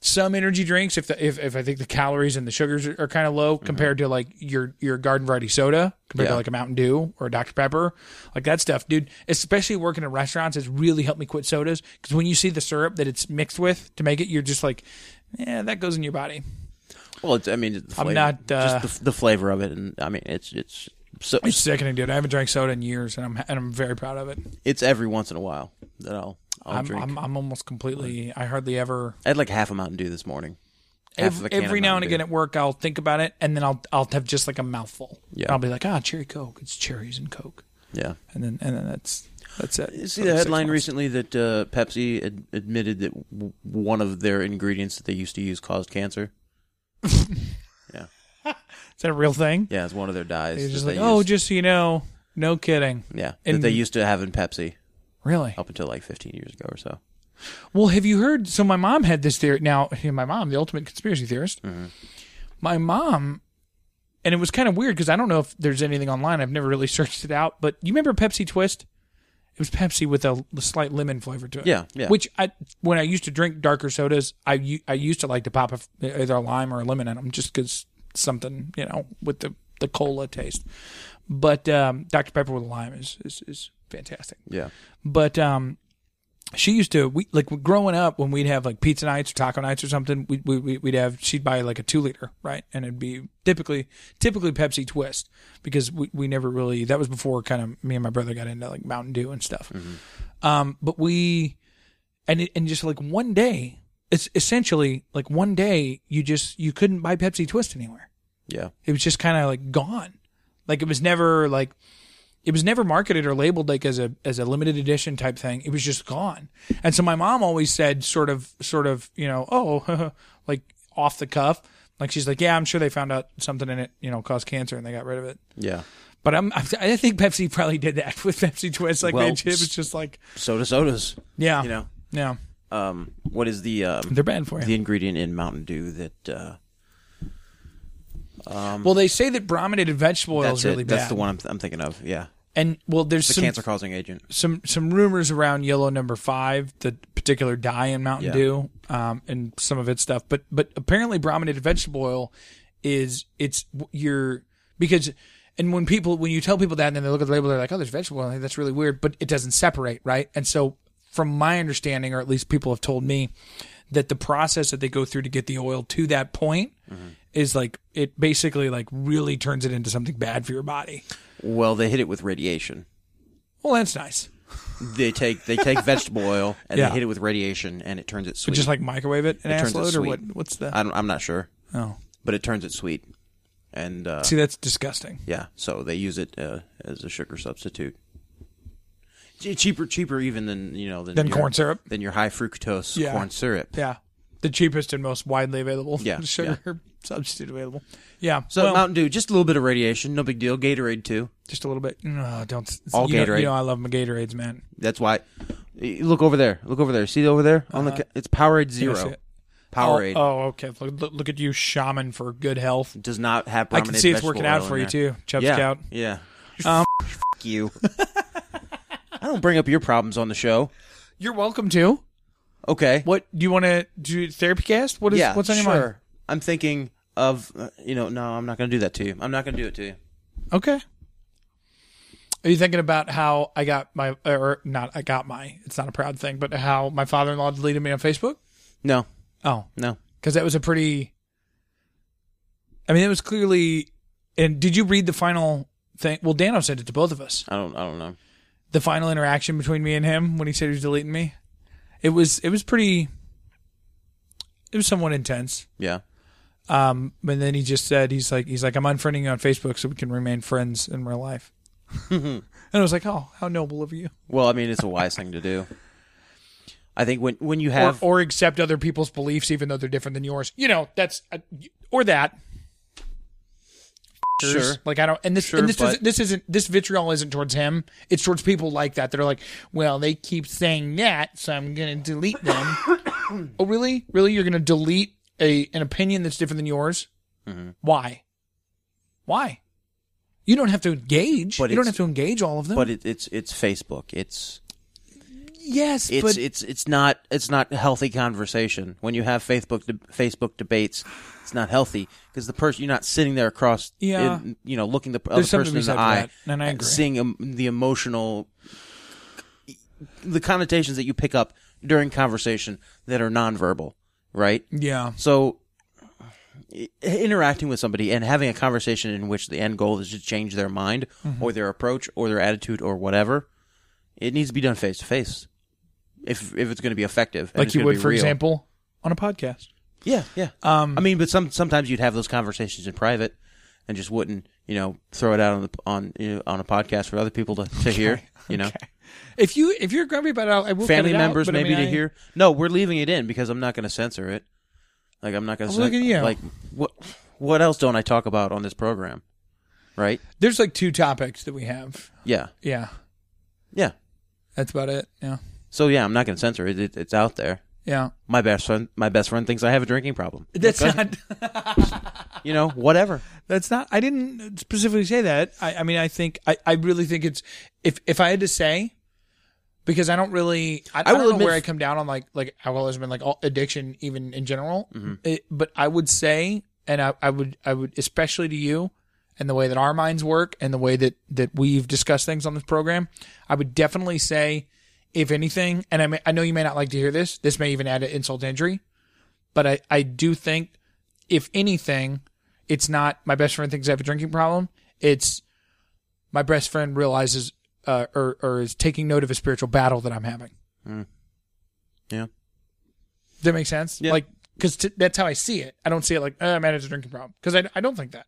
Speaker 1: some energy drinks. If the if, if I think the calories and the sugars are, are kind of low compared to like your your garden variety soda, compared to
Speaker 2: Mm-hmm. Yeah.
Speaker 1: like a Mountain Dew or a Dr Pepper, like that stuff, dude. Especially working in restaurants has really helped me quit sodas because when you see the syrup that it's mixed with to make it, you're just like. Yeah, that goes in your body.
Speaker 2: Well, it's, I mean, it's the
Speaker 1: I'm
Speaker 2: flavor,
Speaker 1: not, uh,
Speaker 2: just the, f- the flavor of it, and I mean, it's it's so
Speaker 1: It's sickening, dude. I haven't drank soda in years, and I'm and I'm very proud of it.
Speaker 2: it's every once in a while that I'll I'll
Speaker 1: I'm,
Speaker 2: drink.
Speaker 1: I'm I'm almost completely. I hardly ever.
Speaker 2: i had like half a Mountain Dew this morning. Half of a
Speaker 1: Every,
Speaker 2: can of
Speaker 1: every now and
Speaker 2: Mountain
Speaker 1: again at work, I'll think about it, and then I'll I'll have just like a mouthful.
Speaker 2: Yeah.
Speaker 1: And I'll be like, ah, cherry coke. It's cherries and coke,
Speaker 2: Dew. Yeah.
Speaker 1: and then and then that's that's it.
Speaker 2: You see
Speaker 1: for
Speaker 2: the
Speaker 1: six
Speaker 2: headline
Speaker 1: months.
Speaker 2: recently that uh, Pepsi ad- admitted that w- one of their ingredients that they used to use caused cancer.
Speaker 1: Is that a real thing?
Speaker 2: Yeah, it's one of their dyes.
Speaker 1: They're
Speaker 2: that
Speaker 1: just
Speaker 2: they
Speaker 1: like, oh,
Speaker 2: used.
Speaker 1: just so you know, no kidding.
Speaker 2: yeah,
Speaker 1: and-
Speaker 2: that they used to have in Pepsi
Speaker 1: Really?
Speaker 2: up until like 15 years ago or so.
Speaker 1: Well, have you heard? So my mom had this theory. Now, my mom, the ultimate conspiracy theorist.
Speaker 2: Mm-hmm.
Speaker 1: My mom, and it was kind of weird because I don't know if there's anything online. I've never really searched it out. But you remember Pepsi Twist? It was Pepsi with a, slight lemon flavor to it.
Speaker 2: Yeah, yeah.
Speaker 1: Which I, when I used to drink darker sodas, I u- I used to like to pop a, f- either a lime or a lemon in them just because something you know with the the cola taste. But um, Dr Pepper with a lime is is, is fantastic
Speaker 2: Yeah,
Speaker 1: but um she used to we like growing up when we'd have like pizza nights or taco nights or something we, we we- we'd have she'd buy like a two liter right and it'd be typically typically Pepsi Twist because we, we never really that was before kind of me and my brother got into like Mountain Dew and stuff um but we and it, and just like one day it's essentially like one day you just you couldn't buy Pepsi Twist anywhere
Speaker 2: Yeah.
Speaker 1: it was just kind of like gone like it was never like it was never marketed or labeled like as a as a limited edition type thing it was just gone and so my mom always said sort of sort of you know oh like off the cuff like she's like yeah i'm sure they found out something in it you know caused cancer and they got rid of it
Speaker 2: Yeah.
Speaker 1: but i'm i think pepsi probably did that with pepsi twist like
Speaker 2: Well,
Speaker 1: they, it was just like
Speaker 2: Soda sodas.
Speaker 1: yeah
Speaker 2: You know.
Speaker 1: yeah
Speaker 2: Um, what is the um,
Speaker 1: they're bad for you
Speaker 2: the ingredient in Mountain Dew that uh,
Speaker 1: well they say that brominated vegetable oil
Speaker 2: um, that's
Speaker 1: is really
Speaker 2: it.
Speaker 1: bad
Speaker 2: That's the one I'm, I'm thinking of. Yeah.
Speaker 1: and well there's
Speaker 2: The
Speaker 1: some
Speaker 2: cancer causing agent.
Speaker 1: some some rumors around yellow number five, the particular dye in Mountain
Speaker 2: Yeah.
Speaker 1: Dew, um, and some of its stuff. But but apparently brominated vegetable oil is it's your because and when people when you tell people that and then they look at the label they're like oh there's vegetable oil that's really weird but it doesn't separate right and so from my understanding or at least people have told me that the process that they go through to get the oil to that point is like it basically like really turns it into something bad for your body
Speaker 2: Well, they hit it with radiation.
Speaker 1: well that's nice
Speaker 2: They take they take vegetable oil and
Speaker 1: Yeah.
Speaker 2: they hit it with radiation and it turns it sweet.
Speaker 1: But just like microwave it an
Speaker 2: It
Speaker 1: ass
Speaker 2: turns it
Speaker 1: load or
Speaker 2: sweet.
Speaker 1: what what's the
Speaker 2: I don't, I'm not sure,
Speaker 1: Oh,
Speaker 2: but it turns it sweet. And uh,
Speaker 1: see, that's disgusting.
Speaker 2: yeah, so they use it uh, as a sugar substitute. Che- Cheaper, cheaper even than you know than,
Speaker 1: Than
Speaker 2: your-
Speaker 1: corn syrup?
Speaker 2: than your high fructose
Speaker 1: Yeah.
Speaker 2: corn syrup.
Speaker 1: Yeah, the cheapest and most widely available
Speaker 2: Yeah,
Speaker 1: sugar substitute available. Yeah,
Speaker 2: So
Speaker 1: well,
Speaker 2: Mountain Dew, just a little bit of radiation, no big deal. Gatorade too.
Speaker 1: just a little bit. No, don't.
Speaker 2: All
Speaker 1: you know-
Speaker 2: Gatorade.
Speaker 1: you know, I love my Gatorades, man.
Speaker 2: That's why. y- Look over there. Look over there. See over there on the. ca- It's Powerade
Speaker 1: I
Speaker 2: Zero.
Speaker 1: Uh-huh. see it.
Speaker 2: Powerade
Speaker 1: Oh, oh, okay. Look, look, look at you, shaman for good health.
Speaker 2: does not have.
Speaker 1: I can
Speaker 2: brominated
Speaker 1: see it's
Speaker 2: vegetable
Speaker 1: working out
Speaker 2: oil in
Speaker 1: for you
Speaker 2: there.
Speaker 1: too, Chubb
Speaker 2: yeah.
Speaker 1: Scout.
Speaker 2: Yeah.
Speaker 1: Um,
Speaker 2: F- you. I don't bring up your problems on the show.
Speaker 1: You're welcome to.
Speaker 2: Okay.
Speaker 1: What do you want to do? Therapy cast? What is?
Speaker 2: yeah.
Speaker 1: what's on your
Speaker 2: sure.
Speaker 1: mind?
Speaker 2: I'm thinking of uh, you know. No, I'm not going to do that to you. I'm not going to do it to you.
Speaker 1: Okay. Are you thinking about how I got my or not? I got my. It's not a proud thing, but how my father-in-law deleted me on Facebook.
Speaker 2: No.
Speaker 1: Oh,
Speaker 2: No.
Speaker 1: because that was a pretty. I mean, it was clearly. And did you read the final thing? Well, Dano sent it to both of us.
Speaker 2: I don't. I don't know.
Speaker 1: The final interaction between me and him when he said he was deleting me. It was. It was pretty. It was somewhat intense.
Speaker 2: Yeah.
Speaker 1: Um, and then he just said he's like he's like I'm unfriending you on Facebook so we can remain friends in real life. and I was like, oh, how noble of you.
Speaker 2: Well, I mean, it's a wise thing to do. I think when when you have
Speaker 1: or, or accept other people's beliefs even though they're different than yours. You know, that's uh, or that.
Speaker 2: sure.
Speaker 1: Like I don't, and this
Speaker 2: Sure,
Speaker 1: and this
Speaker 2: but-
Speaker 1: isn't this isn't this vitriol isn't towards him. It's towards people like that that are like, well, they keep saying that, so I'm gonna delete them. oh, really? Really? You're gonna delete a an opinion that's different than yours?
Speaker 2: Mm-hmm.
Speaker 1: Why? Why? You don't have to engage.
Speaker 2: But
Speaker 1: you don't
Speaker 2: it's-
Speaker 1: have to engage all of them.
Speaker 2: But it, it's it's Facebook. It's
Speaker 1: yes,
Speaker 2: it's
Speaker 1: but
Speaker 2: it's it's not it's not healthy conversation when you have Facebook de- Facebook debates. It's not healthy because the person you're not sitting there across,
Speaker 1: Yeah.
Speaker 2: in- you know, looking the
Speaker 1: There's
Speaker 2: other
Speaker 1: something
Speaker 2: person
Speaker 1: to
Speaker 2: in
Speaker 1: be said
Speaker 2: the
Speaker 1: for
Speaker 2: eye,
Speaker 1: that, and I agree.
Speaker 2: seeing um, the emotional, the connotations that you pick up during conversation that are nonverbal, right?
Speaker 1: yeah,
Speaker 2: So i- interacting with somebody and having a conversation in which the end goal is to change their mind
Speaker 1: Mm-hmm.
Speaker 2: or their approach or their attitude or whatever, it needs to be done face to face. If if it's going to be effective, and
Speaker 1: like
Speaker 2: it's
Speaker 1: you
Speaker 2: gonna
Speaker 1: would,
Speaker 2: be
Speaker 1: for
Speaker 2: real.
Speaker 1: example, on a podcast.
Speaker 2: yeah, yeah. Um, I mean, but some sometimes you'd have those conversations in private and just wouldn't, you know, throw it out on the on you know, on a podcast for other people to, to hear, you know,
Speaker 1: If you if you're grumpy about it, I will
Speaker 2: family
Speaker 1: cut it
Speaker 2: members
Speaker 1: out, but I
Speaker 2: maybe
Speaker 1: mean,
Speaker 2: to
Speaker 1: I-
Speaker 2: hear. No, we're leaving it in because I'm not going to censor it. Like I'm not going to
Speaker 1: Well, look at you.
Speaker 2: Like what what else don't I talk about on this program? Right?
Speaker 1: There's like two topics that we have.
Speaker 2: Yeah.
Speaker 1: Yeah,
Speaker 2: Yeah.
Speaker 1: that's about it. Yeah,
Speaker 2: So yeah, I'm not going to censor it. it. It's out there.
Speaker 1: yeah.
Speaker 2: My best friend my best friend thinks I have a drinking problem.
Speaker 1: That's not.
Speaker 2: You know, whatever.
Speaker 1: That's not. I didn't specifically say that. I, I mean, I think I, I really think it's if if I had to say, because I don't really I, I,
Speaker 2: will
Speaker 1: don't know
Speaker 2: admit-
Speaker 1: where I come down on like like alcoholism and like all addiction even in general.
Speaker 2: Mm-hmm.
Speaker 1: It- but I would say, and I, I would I would especially to you, and the way that our minds work and the way that that we've discussed things on this program, I would definitely say if anything, and I, may, I know you may not like to hear this, this may even add an insult to injury, but I, I do think, if anything, it's not my best friend thinks I have a drinking problem. It's my best friend realizes uh, or, or is taking note of a spiritual battle that I'm having.
Speaker 2: Hmm. Yeah.
Speaker 1: Does that make sense?
Speaker 2: Yeah.
Speaker 1: Like, because t- that's how I see it. I don't see it like, oh, man, it's a drinking problem. Because I, I don't think that.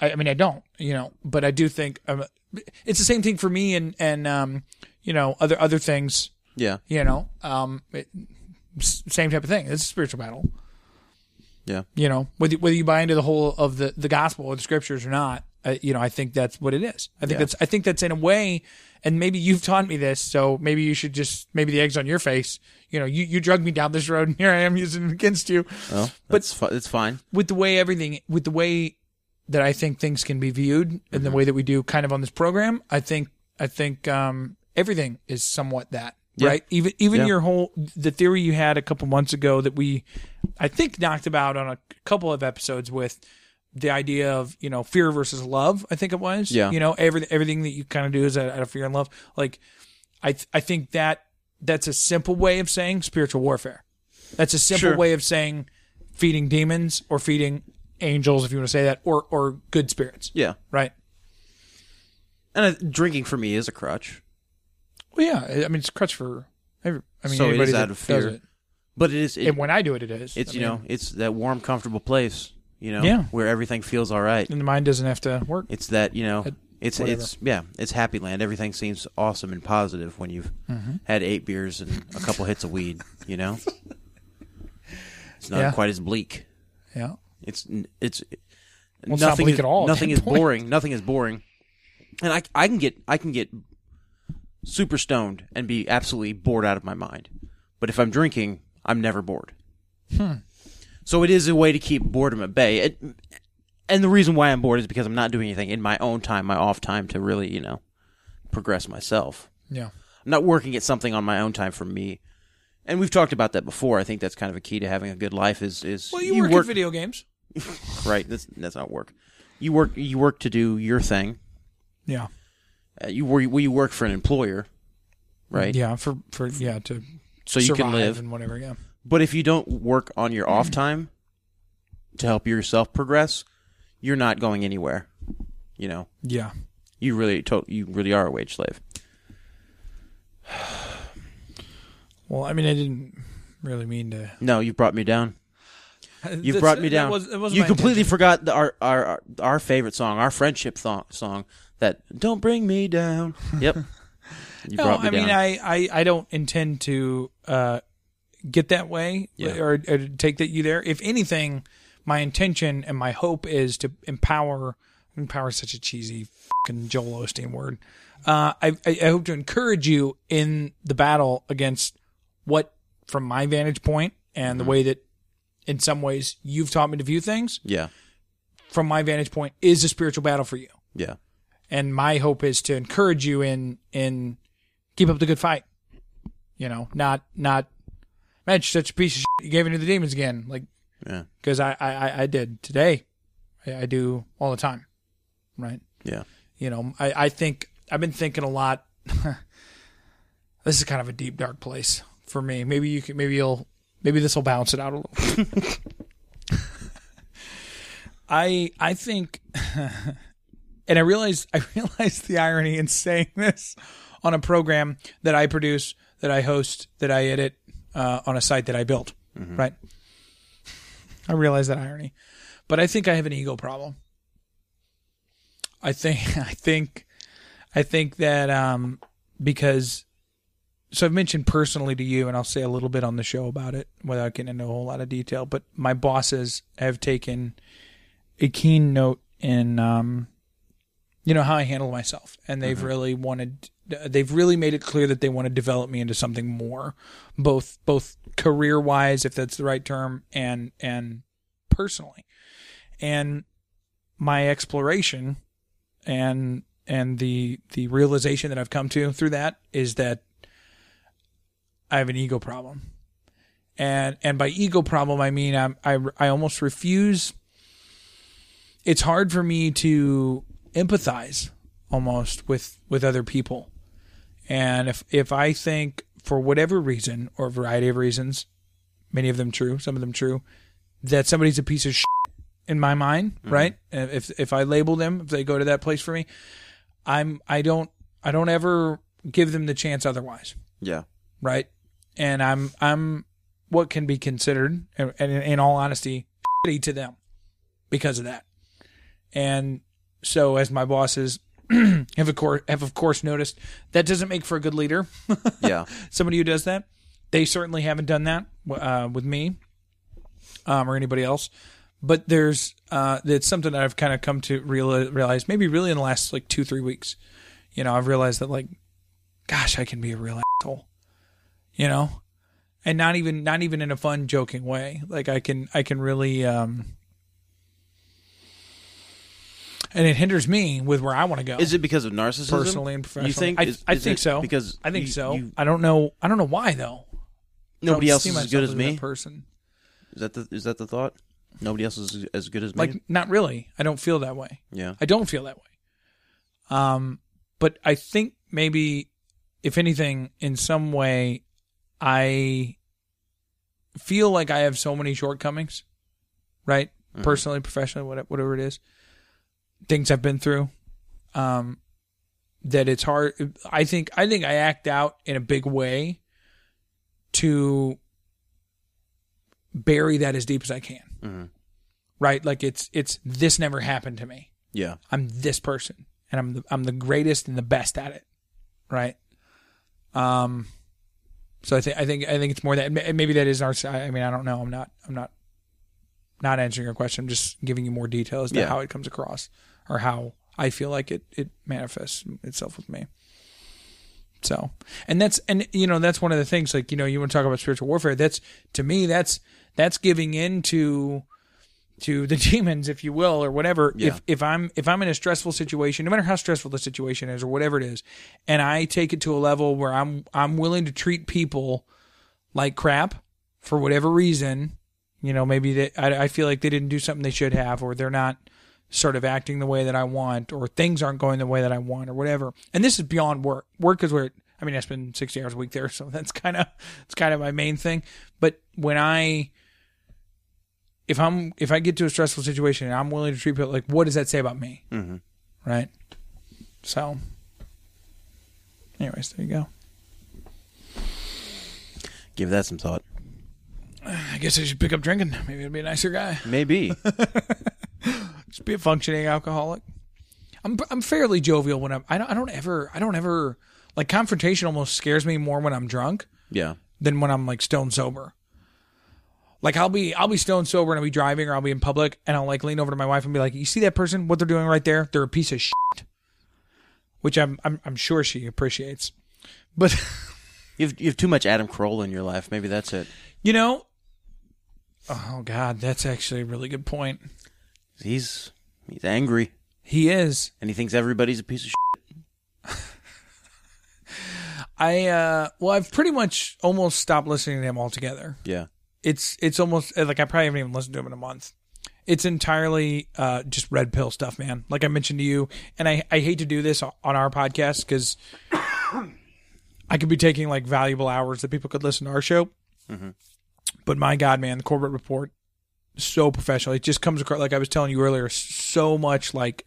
Speaker 1: I, I mean, I don't, you know, but I do think um, it's the same thing for me and, and, um, you know, other, other things,
Speaker 2: Yeah.
Speaker 1: you know, um, it, s- same type of thing. It's a spiritual battle,
Speaker 2: Yeah.
Speaker 1: you know, whether, whether you buy into the whole of the, the gospel or the scriptures or not, uh, you know, I think that's what it is. I think that's, I think that's in a way, and maybe you've taught me this, so maybe you should just, maybe the egg's on your face. You know, you, you drug me down this road and here I am using it against you
Speaker 2: Well, that's but, it's fine.
Speaker 1: with the way everything with the way that I think things can be viewed and the
Speaker 2: Mm-hmm.
Speaker 1: way that we do kind of on this program, I think I think um everything is somewhat that. Right? Even even
Speaker 2: Yeah.
Speaker 1: your whole the theory you had a couple months ago that we I think knocked about on a couple of episodes with the idea of, you know, fear versus love, I think it was.
Speaker 2: Yeah.
Speaker 1: You know, every, everything that you kind of do is out out of fear and love. Like I th- I think that that's a simple way of saying spiritual warfare. That's a simple
Speaker 2: Sure.
Speaker 1: way of saying feeding demons or feeding angels, if you want to say that, or or good spirits.
Speaker 2: Yeah.
Speaker 1: Right.
Speaker 2: And uh, drinking for me is a crutch,
Speaker 1: Well, yeah. I- I mean, it's a crutch for. Every, I mean,
Speaker 2: So it
Speaker 1: anybody
Speaker 2: is
Speaker 1: that
Speaker 2: out of
Speaker 1: does
Speaker 2: fear.
Speaker 1: it.
Speaker 2: but it is. It,
Speaker 1: And when I do it, it is.
Speaker 2: it's
Speaker 1: I
Speaker 2: you
Speaker 1: mean,
Speaker 2: know it's that warm, comfortable place. You know.
Speaker 1: Yeah.
Speaker 2: Where everything feels all right.
Speaker 1: and the mind doesn't have to work.
Speaker 2: It's that you know. It's
Speaker 1: whatever.
Speaker 2: it's yeah. It's happy land. Everything seems awesome and positive when you've
Speaker 1: Mm-hmm.
Speaker 2: had eight beers and a couple hits of weed. You know. It's not
Speaker 1: Yeah.
Speaker 2: quite as bleak.
Speaker 1: Yeah.
Speaker 2: It's it's
Speaker 1: Well, it's not
Speaker 2: nothing
Speaker 1: bleak
Speaker 2: is,
Speaker 1: at all at
Speaker 2: Nothing
Speaker 1: that
Speaker 2: is
Speaker 1: point.
Speaker 2: boring. Nothing is boring. And I I can get I can get super stoned and be absolutely bored out of my mind. But if I'm drinking, I'm never bored.
Speaker 1: Hmm.
Speaker 2: So it is a way to keep boredom at bay. It, and the reason why I'm bored is because I'm not doing anything in my own time, my off time to really, you know, progress myself.
Speaker 1: Yeah.
Speaker 2: I'm not working at something on my own time for me. And we've talked about that before. I think that's kind of a key to having a good life is is
Speaker 1: Well, you, work, at video games.
Speaker 2: right? That's that's not work. You work you work to do your thing.
Speaker 1: Yeah.
Speaker 2: Uh, you wor- well, you work for an employer, right?
Speaker 1: Yeah. For for yeah to
Speaker 2: So you
Speaker 1: survive
Speaker 2: can
Speaker 1: Mm-hmm.
Speaker 2: live.
Speaker 1: and whatever. Yeah.
Speaker 2: But if you don't work on your off time to help yourself progress, you're not going anywhere. You know,
Speaker 1: Yeah.
Speaker 2: you really to- you really are a wage slave.
Speaker 1: Well, I mean, I didn't really mean to.
Speaker 2: No, you brought me down. You
Speaker 1: That's-
Speaker 2: brought me
Speaker 1: that
Speaker 2: down.
Speaker 1: was- that wasn't
Speaker 2: you
Speaker 1: my
Speaker 2: completely
Speaker 1: intention.
Speaker 2: forgot the, our, our our our favorite song, our friendship thong- song. That don't bring me down. Yep. You
Speaker 1: No,
Speaker 2: brought me
Speaker 1: I mean,
Speaker 2: down.
Speaker 1: I, I, I don't intend to uh, get that way
Speaker 2: Yeah.
Speaker 1: or, or take that you there. If anything, my intention and my hope is to empower. Empower is such a cheesy fucking Joel Osteen word. Uh, I, I I hope to encourage you in the battle against what, from my vantage point and
Speaker 2: Mm-hmm.
Speaker 1: the way that, in some ways, you've taught me to view things.
Speaker 2: yeah.
Speaker 1: From my vantage point, is a spiritual battle for you
Speaker 2: Yeah.
Speaker 1: and my hope is to encourage you in in keep up the good fight. You know, not not man, you're such a piece of shit. You gave into the demons again, like
Speaker 2: Yeah.
Speaker 1: because I, I I- I did today. I, I do all the time, right?
Speaker 2: Yeah.
Speaker 1: You know, I I think I've been thinking a lot. this is kind of a deep dark place for me. Maybe you can maybe you'll maybe this will balance it out a little. I I think and I realized I realized the irony in saying this on a program that I produce, that I host, that I edit uh, on a site that I built. Right. I realize that irony, but I think I have an ego problem. I think I think I think that um, because so I've mentioned personally to you, and I'll say a little bit on the show about it without getting into a whole lot of detail. But my bosses have taken a keen note in um, you know how I handle myself, and they've really wanted they've really made it clear that they want to develop me into something more, both both career wise, if that's the right term, and and personally, and my exploration and and the the realization that I've come to through that is that I have an ego problem. And and by ego problem I mean I'm, I I almost refuse it's hard for me to empathize almost with with other people And if if I think for whatever reason or variety of reasons, many of them true, some of them true, that somebody's a piece of shit in my mind, right? Uh, If if I label them, if they go to that place for me, I'm I don't I don't ever give them the chance otherwise
Speaker 2: Yeah.
Speaker 1: right? And I'm I'm what can be considered, and in, in all honesty, shitty to them because of that. And so, as my bosses have of course have of course noticed, that doesn't make for a good leader.
Speaker 2: Yeah.
Speaker 1: Somebody who does that, they certainly haven't done that uh, with me um, or anybody else. But there's uh, that's something that I've kind of come to real- realize, maybe really in the last like two three weeks. You know, I've realized that like, gosh, I can be a real asshole you know and not even not even in a fun joking way like i can i can really um and it hinders me with where i want to go
Speaker 2: Is it because of narcissism?
Speaker 1: personally and professionally
Speaker 2: You think?
Speaker 1: i,
Speaker 2: is-
Speaker 1: I
Speaker 2: is
Speaker 1: think
Speaker 2: it
Speaker 1: so
Speaker 2: Because
Speaker 1: i think
Speaker 2: you-
Speaker 1: so
Speaker 2: you-
Speaker 1: i don't know i don't know why though I don't
Speaker 2: nobody else
Speaker 1: see
Speaker 2: is as good
Speaker 1: myself
Speaker 2: as
Speaker 1: that
Speaker 2: me.
Speaker 1: person
Speaker 2: Is that the is that the thought? Nobody else is as good as me.
Speaker 1: like not really i don't feel that way
Speaker 2: yeah.
Speaker 1: I don't feel that way. Um, but I think maybe, if anything, in some way, I feel like I have so many shortcomings, right? Personally, professionally, whatever, whatever it is, things I've been through, um, that it's hard. I think I think I act out in a big way to bury that as deep as I can, right? Like it's it's this never happened to me.
Speaker 2: yeah.
Speaker 1: I'm this person and I'm the, I'm the greatest and the best at it. Right. Um, so I think, I think, I think it's more that and maybe that is our, I mean, I don't know. I'm not, I'm not, not answering your question. I'm just giving you more details to
Speaker 2: Yeah.
Speaker 1: how it comes across or how I feel like it, it manifests itself with me. So, and that's, and you know, that's one of the things like, you know, you want to talk about spiritual warfare. That's to me, that's, that's giving in to, to the demons, if you will, or whatever.
Speaker 2: Yeah.
Speaker 1: If if I'm if I'm in a stressful situation, no matter how stressful the situation is or whatever it is, and I take it to a level where I'm I'm willing to treat people like crap for whatever reason, you know, maybe they, I, I feel like they didn't do something they should have, or they're not sort of acting the way that I want, or things aren't going the way that I want, or whatever. And this is beyond work. Work is where it, I mean, I spend sixty hours a week there, so that's kind of it's kind of my main thing. But when I if I'm if I get to a stressful situation and I'm willing to treat people like, what does that say about me? Mm-hmm. Right. So, anyways, there you go.
Speaker 2: Give that some thought.
Speaker 1: I guess I should pick up drinking. Maybe I'd be a nicer guy.
Speaker 2: Maybe.
Speaker 1: Just be a functioning alcoholic. I'm I'm fairly jovial when I'm. I don't I don't ever I don't ever like confrontation. Almost scares me more when I'm drunk
Speaker 2: yeah.
Speaker 1: than when I'm like stone sober. Like I'll be I'll be stone sober and I'll be driving or I'll be in public and I'll like lean over to my wife and be like, "You see that person? What they're doing right there? They're a piece of shit." Which I'm I'm, I'm sure she appreciates, but
Speaker 2: You have, you have too much Adam Carolla in your life. Maybe that's it.
Speaker 1: you know, oh god, that's actually a really good point.
Speaker 2: He's he's angry
Speaker 1: He is.
Speaker 2: and he thinks everybody's a piece of shit.
Speaker 1: I uh well, I've pretty much almost stopped listening to him altogether.
Speaker 2: Yeah.
Speaker 1: It's it's almost eh, like I probably haven't even listened to him in a month. It's entirely uh, just red pill stuff, man. Like I mentioned to you, and I, I hate to do this on our podcast because I could be taking like valuable hours that people could listen to our show. But my God, man, the corporate report so professional. It just comes across like I was telling you earlier. So much like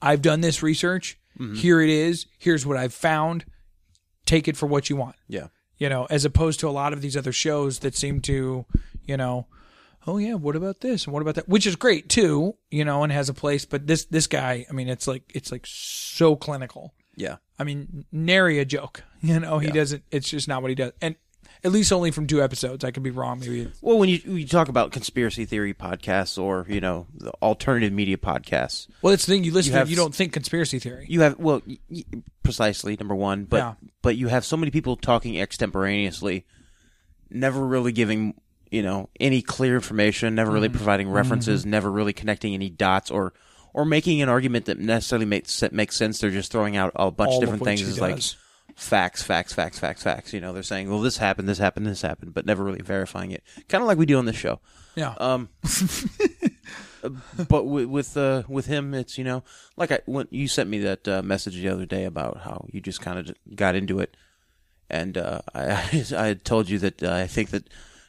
Speaker 1: I've done this research. Here it is. Here's what I've found. Take it for what you want
Speaker 2: Yeah.
Speaker 1: you know, as opposed to a lot of these other shows that seem to, you know, oh yeah, what about this and what about that, which is great too, you know, and has a place. But this this guy, I mean, it's like it's like so clinical.
Speaker 2: Yeah.
Speaker 1: I mean, nary a joke. You know, he doesn't. It's just not what he does, and at least only from two episodes. I could be wrong. Maybe it's,
Speaker 2: Well, when you when you talk about conspiracy theory podcasts or you know the alternative media podcasts,
Speaker 1: well, it's the thing you listen
Speaker 2: You
Speaker 1: to.
Speaker 2: have-
Speaker 1: you don't think conspiracy theory.
Speaker 2: you have well y- y- precisely number one, but
Speaker 1: Yeah.
Speaker 2: but you have so many people talking extemporaneously, never really giving you know any clear information, never
Speaker 1: Mm-hmm.
Speaker 2: really providing references, never really connecting any dots or or making an argument that necessarily makes makes sense. They're just throwing out a bunch
Speaker 1: All of
Speaker 2: of different
Speaker 1: which
Speaker 2: things.
Speaker 1: he
Speaker 2: It's
Speaker 1: does.
Speaker 2: like facts, facts, facts, facts, facts. You know, they're saying, well, this happened, this happened, this happened, but never really verifying it. Kind of like we do on this show.
Speaker 1: yeah.
Speaker 2: Um, but with with, uh, with him, it's you know, like I when you sent me that uh, message the other day about how you just kind of got into it, and uh, I I had told you that uh, I think that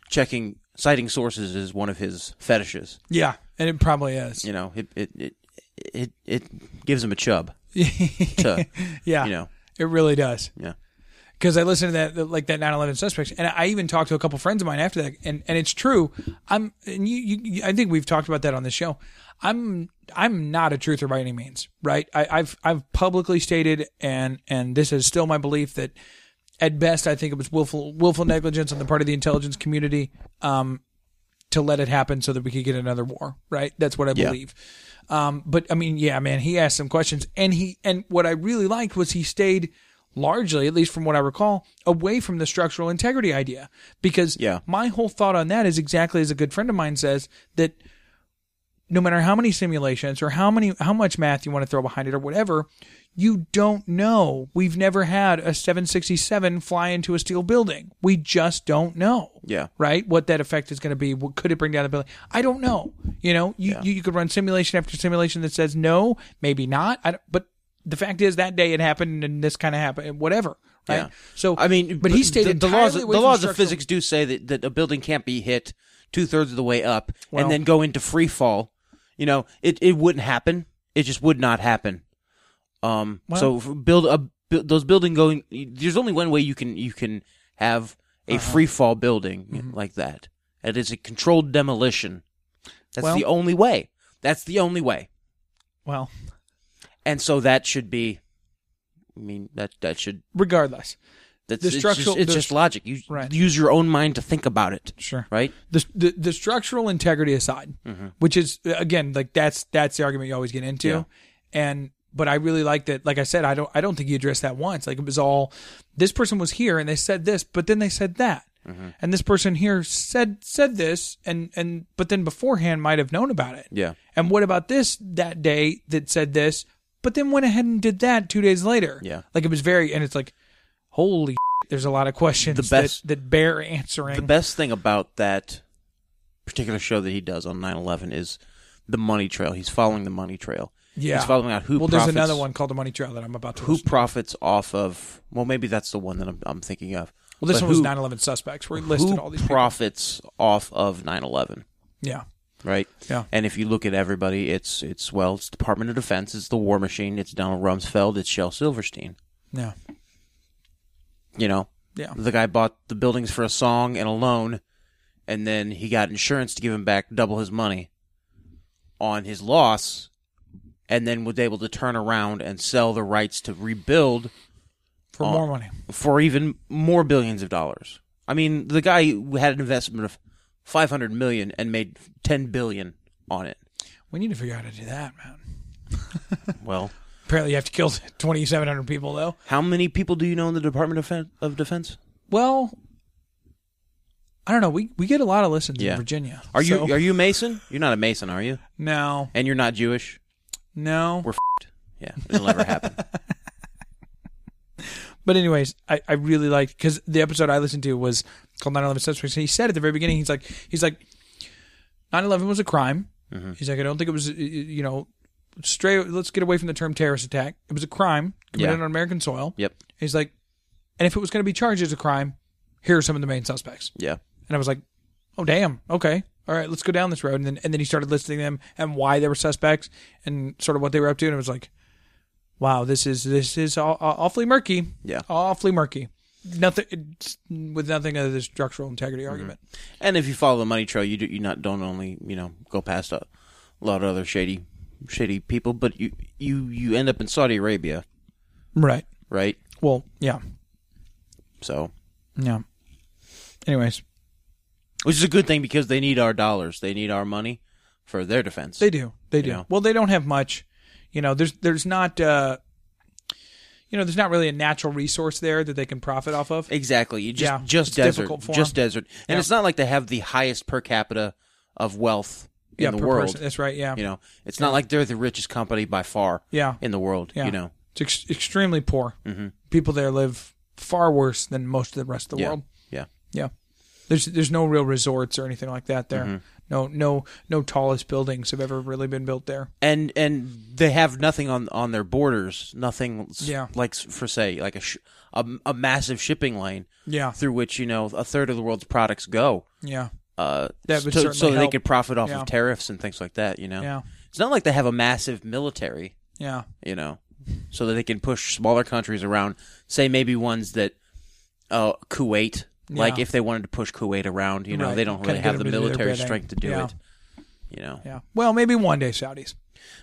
Speaker 2: checking citing sources is one of his fetishes.
Speaker 1: Yeah, and it probably is.
Speaker 2: You know, it it it it, it gives him a chub. to,
Speaker 1: yeah,
Speaker 2: you know,
Speaker 1: it really does.
Speaker 2: yeah.
Speaker 1: because I listened to that the- like that 9/11 suspects, and I even talked to a couple friends of mine after that, and, and it's true. I'm and you, you, you- I think we've talked about that on this show. I'm I'm not a truther by any means, right? I, I've I've publicly stated, and and this is still my belief that at best I think it was willful willful negligence on the part of the intelligence community um, to let it happen so that we could get another war, right? That's what I
Speaker 2: Yeah.
Speaker 1: believe. Um, but I mean, yeah, man, he asked some questions, and he and what I really liked was he stayed largely, at least from what I recall, away from the structural integrity idea because
Speaker 2: Yeah.
Speaker 1: my whole thought on that is exactly as a good friend of mine says that no matter how many simulations or how many how much math you want to throw behind it or whatever, you don't know. We've never had a 767 fly into a steel building. We just don't know.
Speaker 2: Yeah.
Speaker 1: Right? What that effect is going to be. What could it bring down the building? I don't know. You know, you, you, you could run simulation after simulation that says no, maybe not. I don't, but the fact is that day it happened and this kind of happened and whatever. Right?
Speaker 2: Yeah.
Speaker 1: So
Speaker 2: I mean,
Speaker 1: but he stated
Speaker 2: the, the laws.
Speaker 1: entirely
Speaker 2: The
Speaker 1: away from
Speaker 2: laws of
Speaker 1: structural-
Speaker 2: physics do say that, that a building can't be hit two thirds of the way up
Speaker 1: Well-
Speaker 2: and then go into free fall. You know, it it wouldn't happen. It just would not happen. Um.
Speaker 1: Well-
Speaker 2: so f- build a bu- those building going. There's only one way you can you can have a
Speaker 1: Uh-huh.
Speaker 2: free fall building
Speaker 1: Mm-hmm.
Speaker 2: like that. It is a controlled demolition. That's
Speaker 1: Well-
Speaker 2: the only way. That's the only way.
Speaker 1: Well,
Speaker 2: And so that should be. I mean that that should
Speaker 1: regardless.
Speaker 2: that's
Speaker 1: The
Speaker 2: it's
Speaker 1: structural-
Speaker 2: Just, it's
Speaker 1: the-
Speaker 2: just logic. You
Speaker 1: Right.
Speaker 2: use your own mind to think about it.
Speaker 1: Sure.
Speaker 2: Right.
Speaker 1: the, the the structural integrity aside, which is again like that's that's the argument you always get into,
Speaker 2: Mm-hmm. Yeah.
Speaker 1: and but I really like that. Like I said, I don't I don't think you addressed that once. Like it was all this person was here and they said this, but then they said that,
Speaker 2: Mm-hmm.
Speaker 1: and this person here said said this, and and but then beforehand might have known about it.
Speaker 2: Yeah.
Speaker 1: And what about this that day that said this, but then went ahead and did that two days later?
Speaker 2: Yeah.
Speaker 1: Like it was very and it's like, holy. There's a lot of questions
Speaker 2: The best-
Speaker 1: that, that bear answering.
Speaker 2: The best thing about that particular show that he does on 9/11 is the money trail. He's following the money trail.
Speaker 1: Yeah.
Speaker 2: He's following out who.
Speaker 1: Well,
Speaker 2: profits,
Speaker 1: there's another one called The Money Trail that I'm about to.
Speaker 2: Who
Speaker 1: listen.
Speaker 2: profits off of? Well, maybe that's the one that I'm, I'm thinking of.
Speaker 1: Well, this
Speaker 2: But
Speaker 1: one was 9/11
Speaker 2: who-
Speaker 1: suspects. Where he listed
Speaker 2: Who
Speaker 1: all these. people.
Speaker 2: profits off of 9/11?
Speaker 1: Yeah,
Speaker 2: Right.
Speaker 1: Yeah.
Speaker 2: And if you look at everybody, it's it's well, it's Department of Defense, it's the War Machine, it's Donald Rumsfeld, it's Shel Silverstein.
Speaker 1: yeah,
Speaker 2: You know,
Speaker 1: yeah,
Speaker 2: The guy bought the buildings for a song and a loan, and then he got insurance to give him back double his money on his loss, and then was able to turn around and sell the rights to rebuild
Speaker 1: for
Speaker 2: Uh,
Speaker 1: more money.
Speaker 2: for even more billions of dollars. I mean, the guy had an investment of five hundred million and made ten billion on it.
Speaker 1: We need to figure out how to do that, man.
Speaker 2: Well,
Speaker 1: Apparently, you have to kill 2,700 people though.
Speaker 2: how many people do you know in the Department of Defen- of Defense?
Speaker 1: Well, I don't know. We we get a lot of listens
Speaker 2: Yeah.
Speaker 1: in Virginia.
Speaker 2: Are you
Speaker 1: so-
Speaker 2: are you Mason? You're not a Mason, are you?
Speaker 1: no,
Speaker 2: And you're not Jewish.
Speaker 1: no.
Speaker 2: We're f***ed. Yeah, it'll never happen.
Speaker 1: But anyways, I, I really liked because the episode I listened to was called 9/11 Suspects. And he said at the very beginning, he's like, he's like, 9/11 was a crime.
Speaker 2: Mm-hmm.
Speaker 1: He's like, I don't think it was, uh, uh, you know, stray. Let's get away from the term terrorist attack. It was a crime committed
Speaker 2: Yeah.
Speaker 1: on American soil.
Speaker 2: Yep.
Speaker 1: He's like, and if it was going to be charged as a crime, here are some of the main suspects.
Speaker 2: Yeah.
Speaker 1: And I was like, oh damn, okay, all right, let's go down this road. And then and then he started listing them and why they were suspects and sort of what they were up to. And it was like, wow, this is this is aw- aw- awfully murky.
Speaker 2: Yeah.
Speaker 1: awfully murky. Nothing it's with nothing other than structural integrity
Speaker 2: Mm-hmm.
Speaker 1: argument.
Speaker 2: And if you follow the money trail, you do, you not don't only you know go past a lot of other shady shady people, but you you you end up in Saudi Arabia,
Speaker 1: Right.
Speaker 2: right?
Speaker 1: Well, yeah,
Speaker 2: So,
Speaker 1: yeah. Anyways,
Speaker 2: which is a good thing because they need our dollars, they need our money for their defense.
Speaker 1: They do. They do.
Speaker 2: know?
Speaker 1: Well, they don't have much. You know, there's there's not uh you know, there's not really a natural resource there that they can profit off of.
Speaker 2: exactly. You just
Speaker 1: Yeah,
Speaker 2: just
Speaker 1: it's
Speaker 2: desert,
Speaker 1: difficult for
Speaker 2: just
Speaker 1: 'em.
Speaker 2: desert, and
Speaker 1: Yeah.
Speaker 2: it's not like they have the highest per capita of wealth in
Speaker 1: yeah,
Speaker 2: the
Speaker 1: per
Speaker 2: world.
Speaker 1: person. That's right. Yeah.
Speaker 2: You know, it's not like they're the richest company by far.
Speaker 1: Yeah.
Speaker 2: in the world.
Speaker 1: yeah.
Speaker 2: You know,
Speaker 1: It's ex- extremely poor. Mm-hmm. People there live far worse than most of the rest of the
Speaker 2: yeah,
Speaker 1: world.
Speaker 2: yeah. Mm-hmm.
Speaker 1: Yeah. There's there's no real resorts or anything like that there. No, no, no tallest buildings have ever really been built there.
Speaker 2: and and they have nothing on on their borders, nothing s-
Speaker 1: Yeah.
Speaker 2: like s- for say like a, sh- a a massive shipping lane
Speaker 1: Yeah,
Speaker 2: through which you know a third of the world's products go.
Speaker 1: yeah,
Speaker 2: Uh,
Speaker 1: That would
Speaker 2: so,
Speaker 1: certainly
Speaker 2: so that they
Speaker 1: help.
Speaker 2: could profit off
Speaker 1: Yeah.
Speaker 2: of tariffs and things like that. You know,
Speaker 1: yeah,
Speaker 2: it's not like they have a massive military.
Speaker 1: yeah,
Speaker 2: You know, so that they can push smaller countries around. Say maybe ones that uh, Kuwait. Like
Speaker 1: Yeah.
Speaker 2: if they wanted to push Kuwait around, you know,
Speaker 1: Right.
Speaker 2: they don't
Speaker 1: Kinda
Speaker 2: really
Speaker 1: get
Speaker 2: have the
Speaker 1: them to do their
Speaker 2: military
Speaker 1: bidding.
Speaker 2: strength to do
Speaker 1: Yeah.
Speaker 2: it. You know,
Speaker 1: yeah. Well, maybe one day, Saudis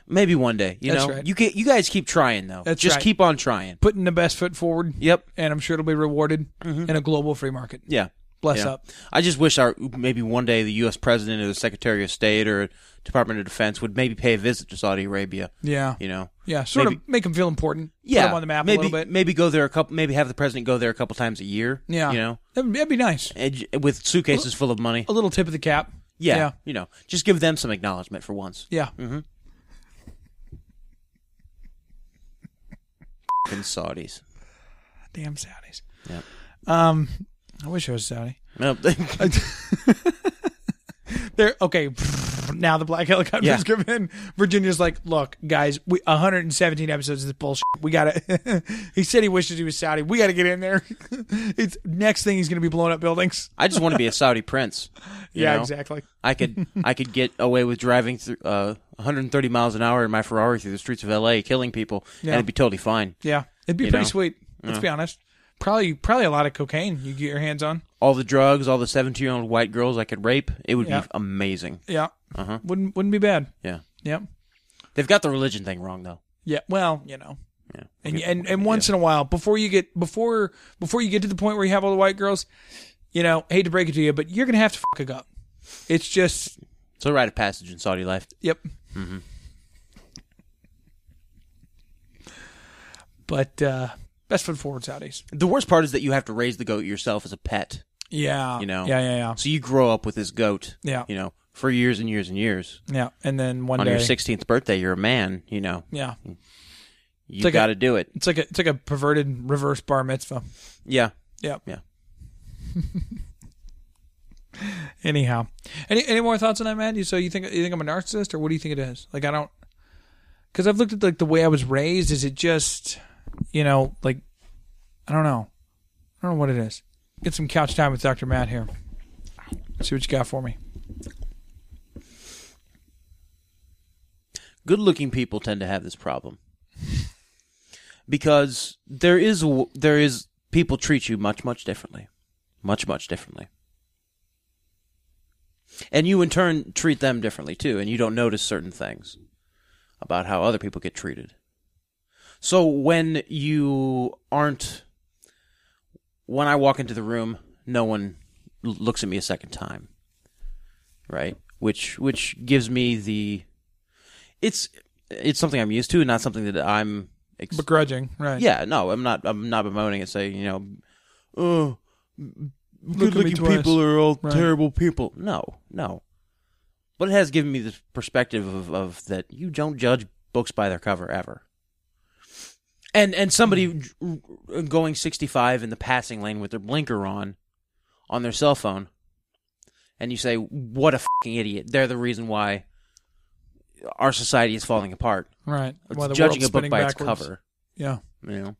Speaker 2: Maybe one day. You
Speaker 1: That's
Speaker 2: know,
Speaker 1: right.
Speaker 2: you can, you guys keep trying though.
Speaker 1: That's
Speaker 2: Just
Speaker 1: right.
Speaker 2: keep on trying.
Speaker 1: putting the best foot forward,
Speaker 2: Yep.
Speaker 1: and I'm sure it'll be rewarded in a global free market.
Speaker 2: Mm-hmm. Yeah.
Speaker 1: Bless
Speaker 2: Yeah.
Speaker 1: up.
Speaker 2: I just wish our maybe one day the U.S. president or the Secretary of State or Department of Defense would maybe pay a visit to Saudi Arabia.
Speaker 1: Yeah,
Speaker 2: You know.
Speaker 1: yeah. Sort
Speaker 2: maybe-
Speaker 1: of make them feel important.
Speaker 2: Yeah.
Speaker 1: put 'em on the map
Speaker 2: maybe
Speaker 1: a little bit.
Speaker 2: maybe go there a couple. Maybe have the president go there a couple times a year.
Speaker 1: Yeah,
Speaker 2: You know.
Speaker 1: that'd, that'd be nice.
Speaker 2: And, j- with suitcases full of money.
Speaker 1: A little tip of the cap.
Speaker 2: Yeah,
Speaker 1: yeah,
Speaker 2: You know. Just give them some acknowledgement for once.
Speaker 1: yeah.
Speaker 2: F***ing Saudis.
Speaker 1: Damn Saudis.
Speaker 2: Yep.
Speaker 1: Um, I wish I was Saudi.
Speaker 2: No,
Speaker 1: They're okay. Now the black helicopters
Speaker 2: Yeah.
Speaker 1: come in. Virginia's like, look, guys, we 117 episodes of this bullshit. We gotta. he said he wishes he was Saudi. We gotta get in there. it's next thing he's gonna be blowing up buildings.
Speaker 2: I just want to be a Saudi prince. you
Speaker 1: yeah,
Speaker 2: know?
Speaker 1: exactly.
Speaker 2: I could I could get away with driving through uh, 130 miles an hour in my Ferrari through the streets of L.A. killing people,
Speaker 1: Yeah.
Speaker 2: and it'd be totally fine.
Speaker 1: Yeah, it'd be
Speaker 2: You
Speaker 1: pretty
Speaker 2: know?
Speaker 1: sweet. Let's be honest. Probably, probably a lot of cocaine you get your hands on.
Speaker 2: All the drugs, all the 17 year old white girls I could rape, it would
Speaker 1: Yeah.
Speaker 2: be amazing.
Speaker 1: Yeah, uh-huh. wouldn't wouldn't be bad.
Speaker 2: Yeah,
Speaker 1: Yep.
Speaker 2: they've got the religion thing wrong though.
Speaker 1: Yeah. Well, you know.
Speaker 2: Yeah,
Speaker 1: and and, and once in a while before you get before before you get to the point where you have all the white girls you know hate to break it to you but you're gonna have to fuck a gup it's just
Speaker 2: it's a rite of passage in Saudi life.
Speaker 1: yep
Speaker 2: Mm-hmm.
Speaker 1: but uh best foot forward saudis
Speaker 2: The worst part is that you have to raise the goat yourself as a pet.
Speaker 1: yeah
Speaker 2: You know,
Speaker 1: yeah yeah yeah
Speaker 2: So you grow up with this goat.
Speaker 1: Yeah.
Speaker 2: you know, for years and years and years.
Speaker 1: yeah and then one
Speaker 2: On
Speaker 1: day
Speaker 2: your 16th birthday, you're a man. You know,
Speaker 1: yeah
Speaker 2: you
Speaker 1: like a-
Speaker 2: got to do it.
Speaker 1: it's like a it's like a perverted reverse bar mitzvah
Speaker 2: Yeah,
Speaker 1: Yep.
Speaker 2: Yeah.
Speaker 1: Anyhow, any any more thoughts on that, man? You so you think you think I'm a narcissist, or what do you think it is? Like I don't, because I've looked at like the way I was raised. Is it just, you know, like I don't know, I don't know what it is. Get some couch time with Doctor Matt here. See what you got for me.
Speaker 2: good looking people tend to have this problem because there is a w- there is people treat you much much differently much much differently and you in turn treat them differently too and you don't notice certain things about how other people get treated so when you aren't when i walk into the room no one l- looks at me a second time right which which gives me the it's it's something I'm used to, not something that I'm. Ex-
Speaker 1: Begrudging, right?
Speaker 2: yeah, no, I'm not. I'm not bemoaning it. Saying you know, oh,
Speaker 1: Look at me
Speaker 2: good-looking
Speaker 1: twice.
Speaker 2: people are all
Speaker 1: Right.
Speaker 2: terrible people. No, no. But it has given me this perspective of, of that you don't judge books by their cover ever. And and somebody
Speaker 1: Hmm.
Speaker 2: dr- r- going 65 in the passing lane with their blinker on, on their cell phone, and you say, "What a fucking idiot!" They're the reason why our society is falling apart.
Speaker 1: right.
Speaker 2: It's
Speaker 1: While the
Speaker 2: judging
Speaker 1: world's
Speaker 2: a book
Speaker 1: spinning
Speaker 2: by
Speaker 1: backwards.
Speaker 2: its cover.
Speaker 1: Yeah,
Speaker 2: You know,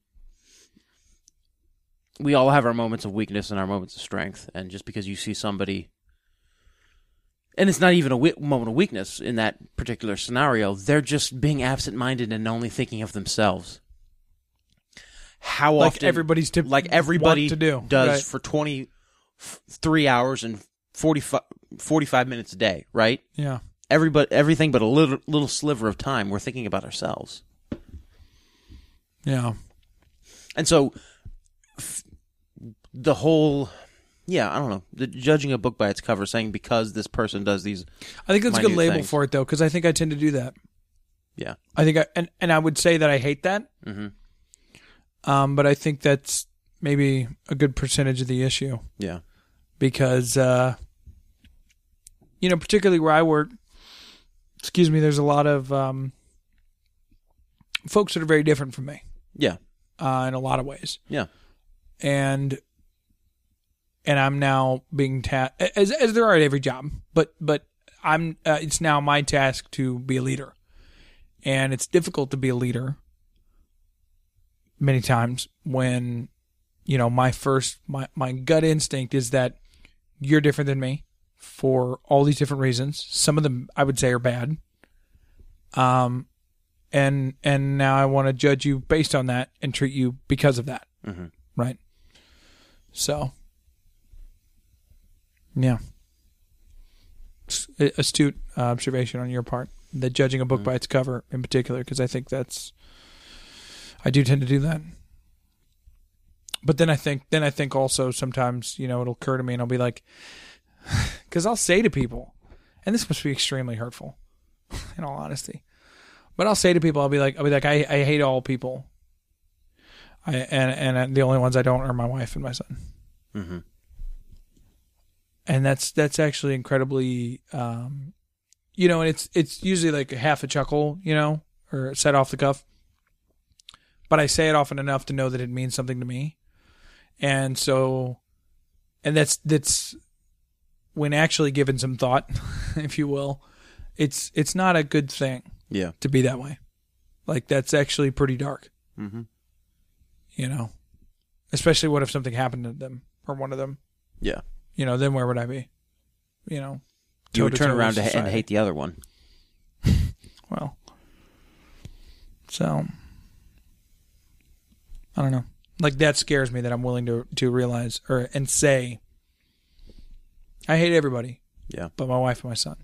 Speaker 2: we all have our moments of weakness and our moments of strength, and just because you see somebody, and it's not even a we- moment of weakness in that particular scenario, they're just being absent-minded and only thinking of themselves. How
Speaker 1: Like
Speaker 2: often
Speaker 1: everybody's tip-
Speaker 2: like everybody
Speaker 1: want to do,
Speaker 2: does
Speaker 1: right.
Speaker 2: for twenty three hours and 45, 45 minutes a day, right?
Speaker 1: yeah,
Speaker 2: Everybody, everything but a little little sliver of time we're thinking about ourselves.
Speaker 1: yeah,
Speaker 2: And so f- the whole yeah, I don't know. The, judging a book by its cover saying because this person does these
Speaker 1: I think that's a good
Speaker 2: Minute
Speaker 1: label
Speaker 2: things.
Speaker 1: for it though, because I think I tend to do that.
Speaker 2: yeah.
Speaker 1: I think I and, and I would say that I hate that. Mm-hmm. Um, but I think that's maybe a good percentage of the issue
Speaker 2: Yeah.
Speaker 1: because uh, you know, particularly where I work, excuse me, there's a lot of um, folks that are very different from me
Speaker 2: Yeah.
Speaker 1: uh, in a lot of ways,
Speaker 2: Yeah.
Speaker 1: and and I'm now being tasked as as there are at every job, but but. I'm. Uh, it's now my task to be a leader, and it's difficult to be a leader. Many times, when you know, my first, my my gut instinct is that you're different than me for all these different reasons. Some of them I would say are bad. Um, and and now I want to judge you based on that and treat you because of that, right? So, yeah a- astute uh, observation on your part that judging a book by its cover in particular because i think that's i do tend to do that but then i think then i think also sometimes you know it'll occur to me and i'll be like because i'll say to people and this must be extremely hurtful in all honesty but i'll say to people i'll be like i'll be like i, I hate all people I, and and the only ones i don't are my wife and my son and that's that's actually incredibly um you know and it's it's usually like half a chuckle you know or set off the cuff but i say it often enough to know that it means something to me and so and that's that's when actually given some thought if you will it's it's not a good thing
Speaker 2: Yeah.
Speaker 1: to be that way like that's actually pretty dark
Speaker 2: Mhm.
Speaker 1: you know especially what if something happened to them or one of them
Speaker 2: Yeah.
Speaker 1: you know, then where would I be? You know,
Speaker 2: You would
Speaker 1: toe-to-toe
Speaker 2: turn
Speaker 1: with
Speaker 2: around to ha- and
Speaker 1: society.
Speaker 2: hate the other one.
Speaker 1: Well, so I don't know. Like that scares me that I'm willing to to realize or and say I hate everybody.
Speaker 2: Yeah.
Speaker 1: but my wife and my son.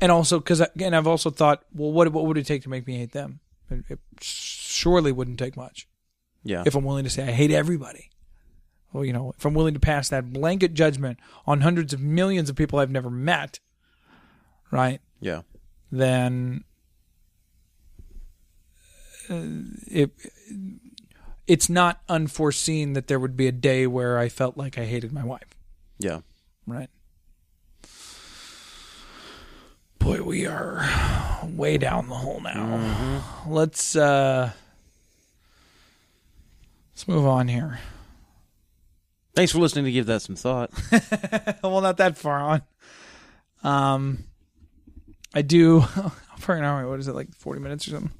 Speaker 1: And also because and I've also thought, well, what what would it take to make me hate them? It, it surely wouldn't take much.
Speaker 2: Yeah.
Speaker 1: if I'm willing to say I hate everybody. Well, you know, if I'm willing to pass that blanket judgment on hundreds of millions of people I've never met, right?
Speaker 2: yeah.
Speaker 1: Then uh, it it's not unforeseen that there would be a day where I felt like I hated my wife,
Speaker 2: Yeah.
Speaker 1: right? Boy, we are way down the hole now. Let's uh let's move on here.
Speaker 2: Thanks for listening to Give That Some Thought.
Speaker 1: well, not that far on. Um, I do. How far an hour? What is it? Like forty minutes or something?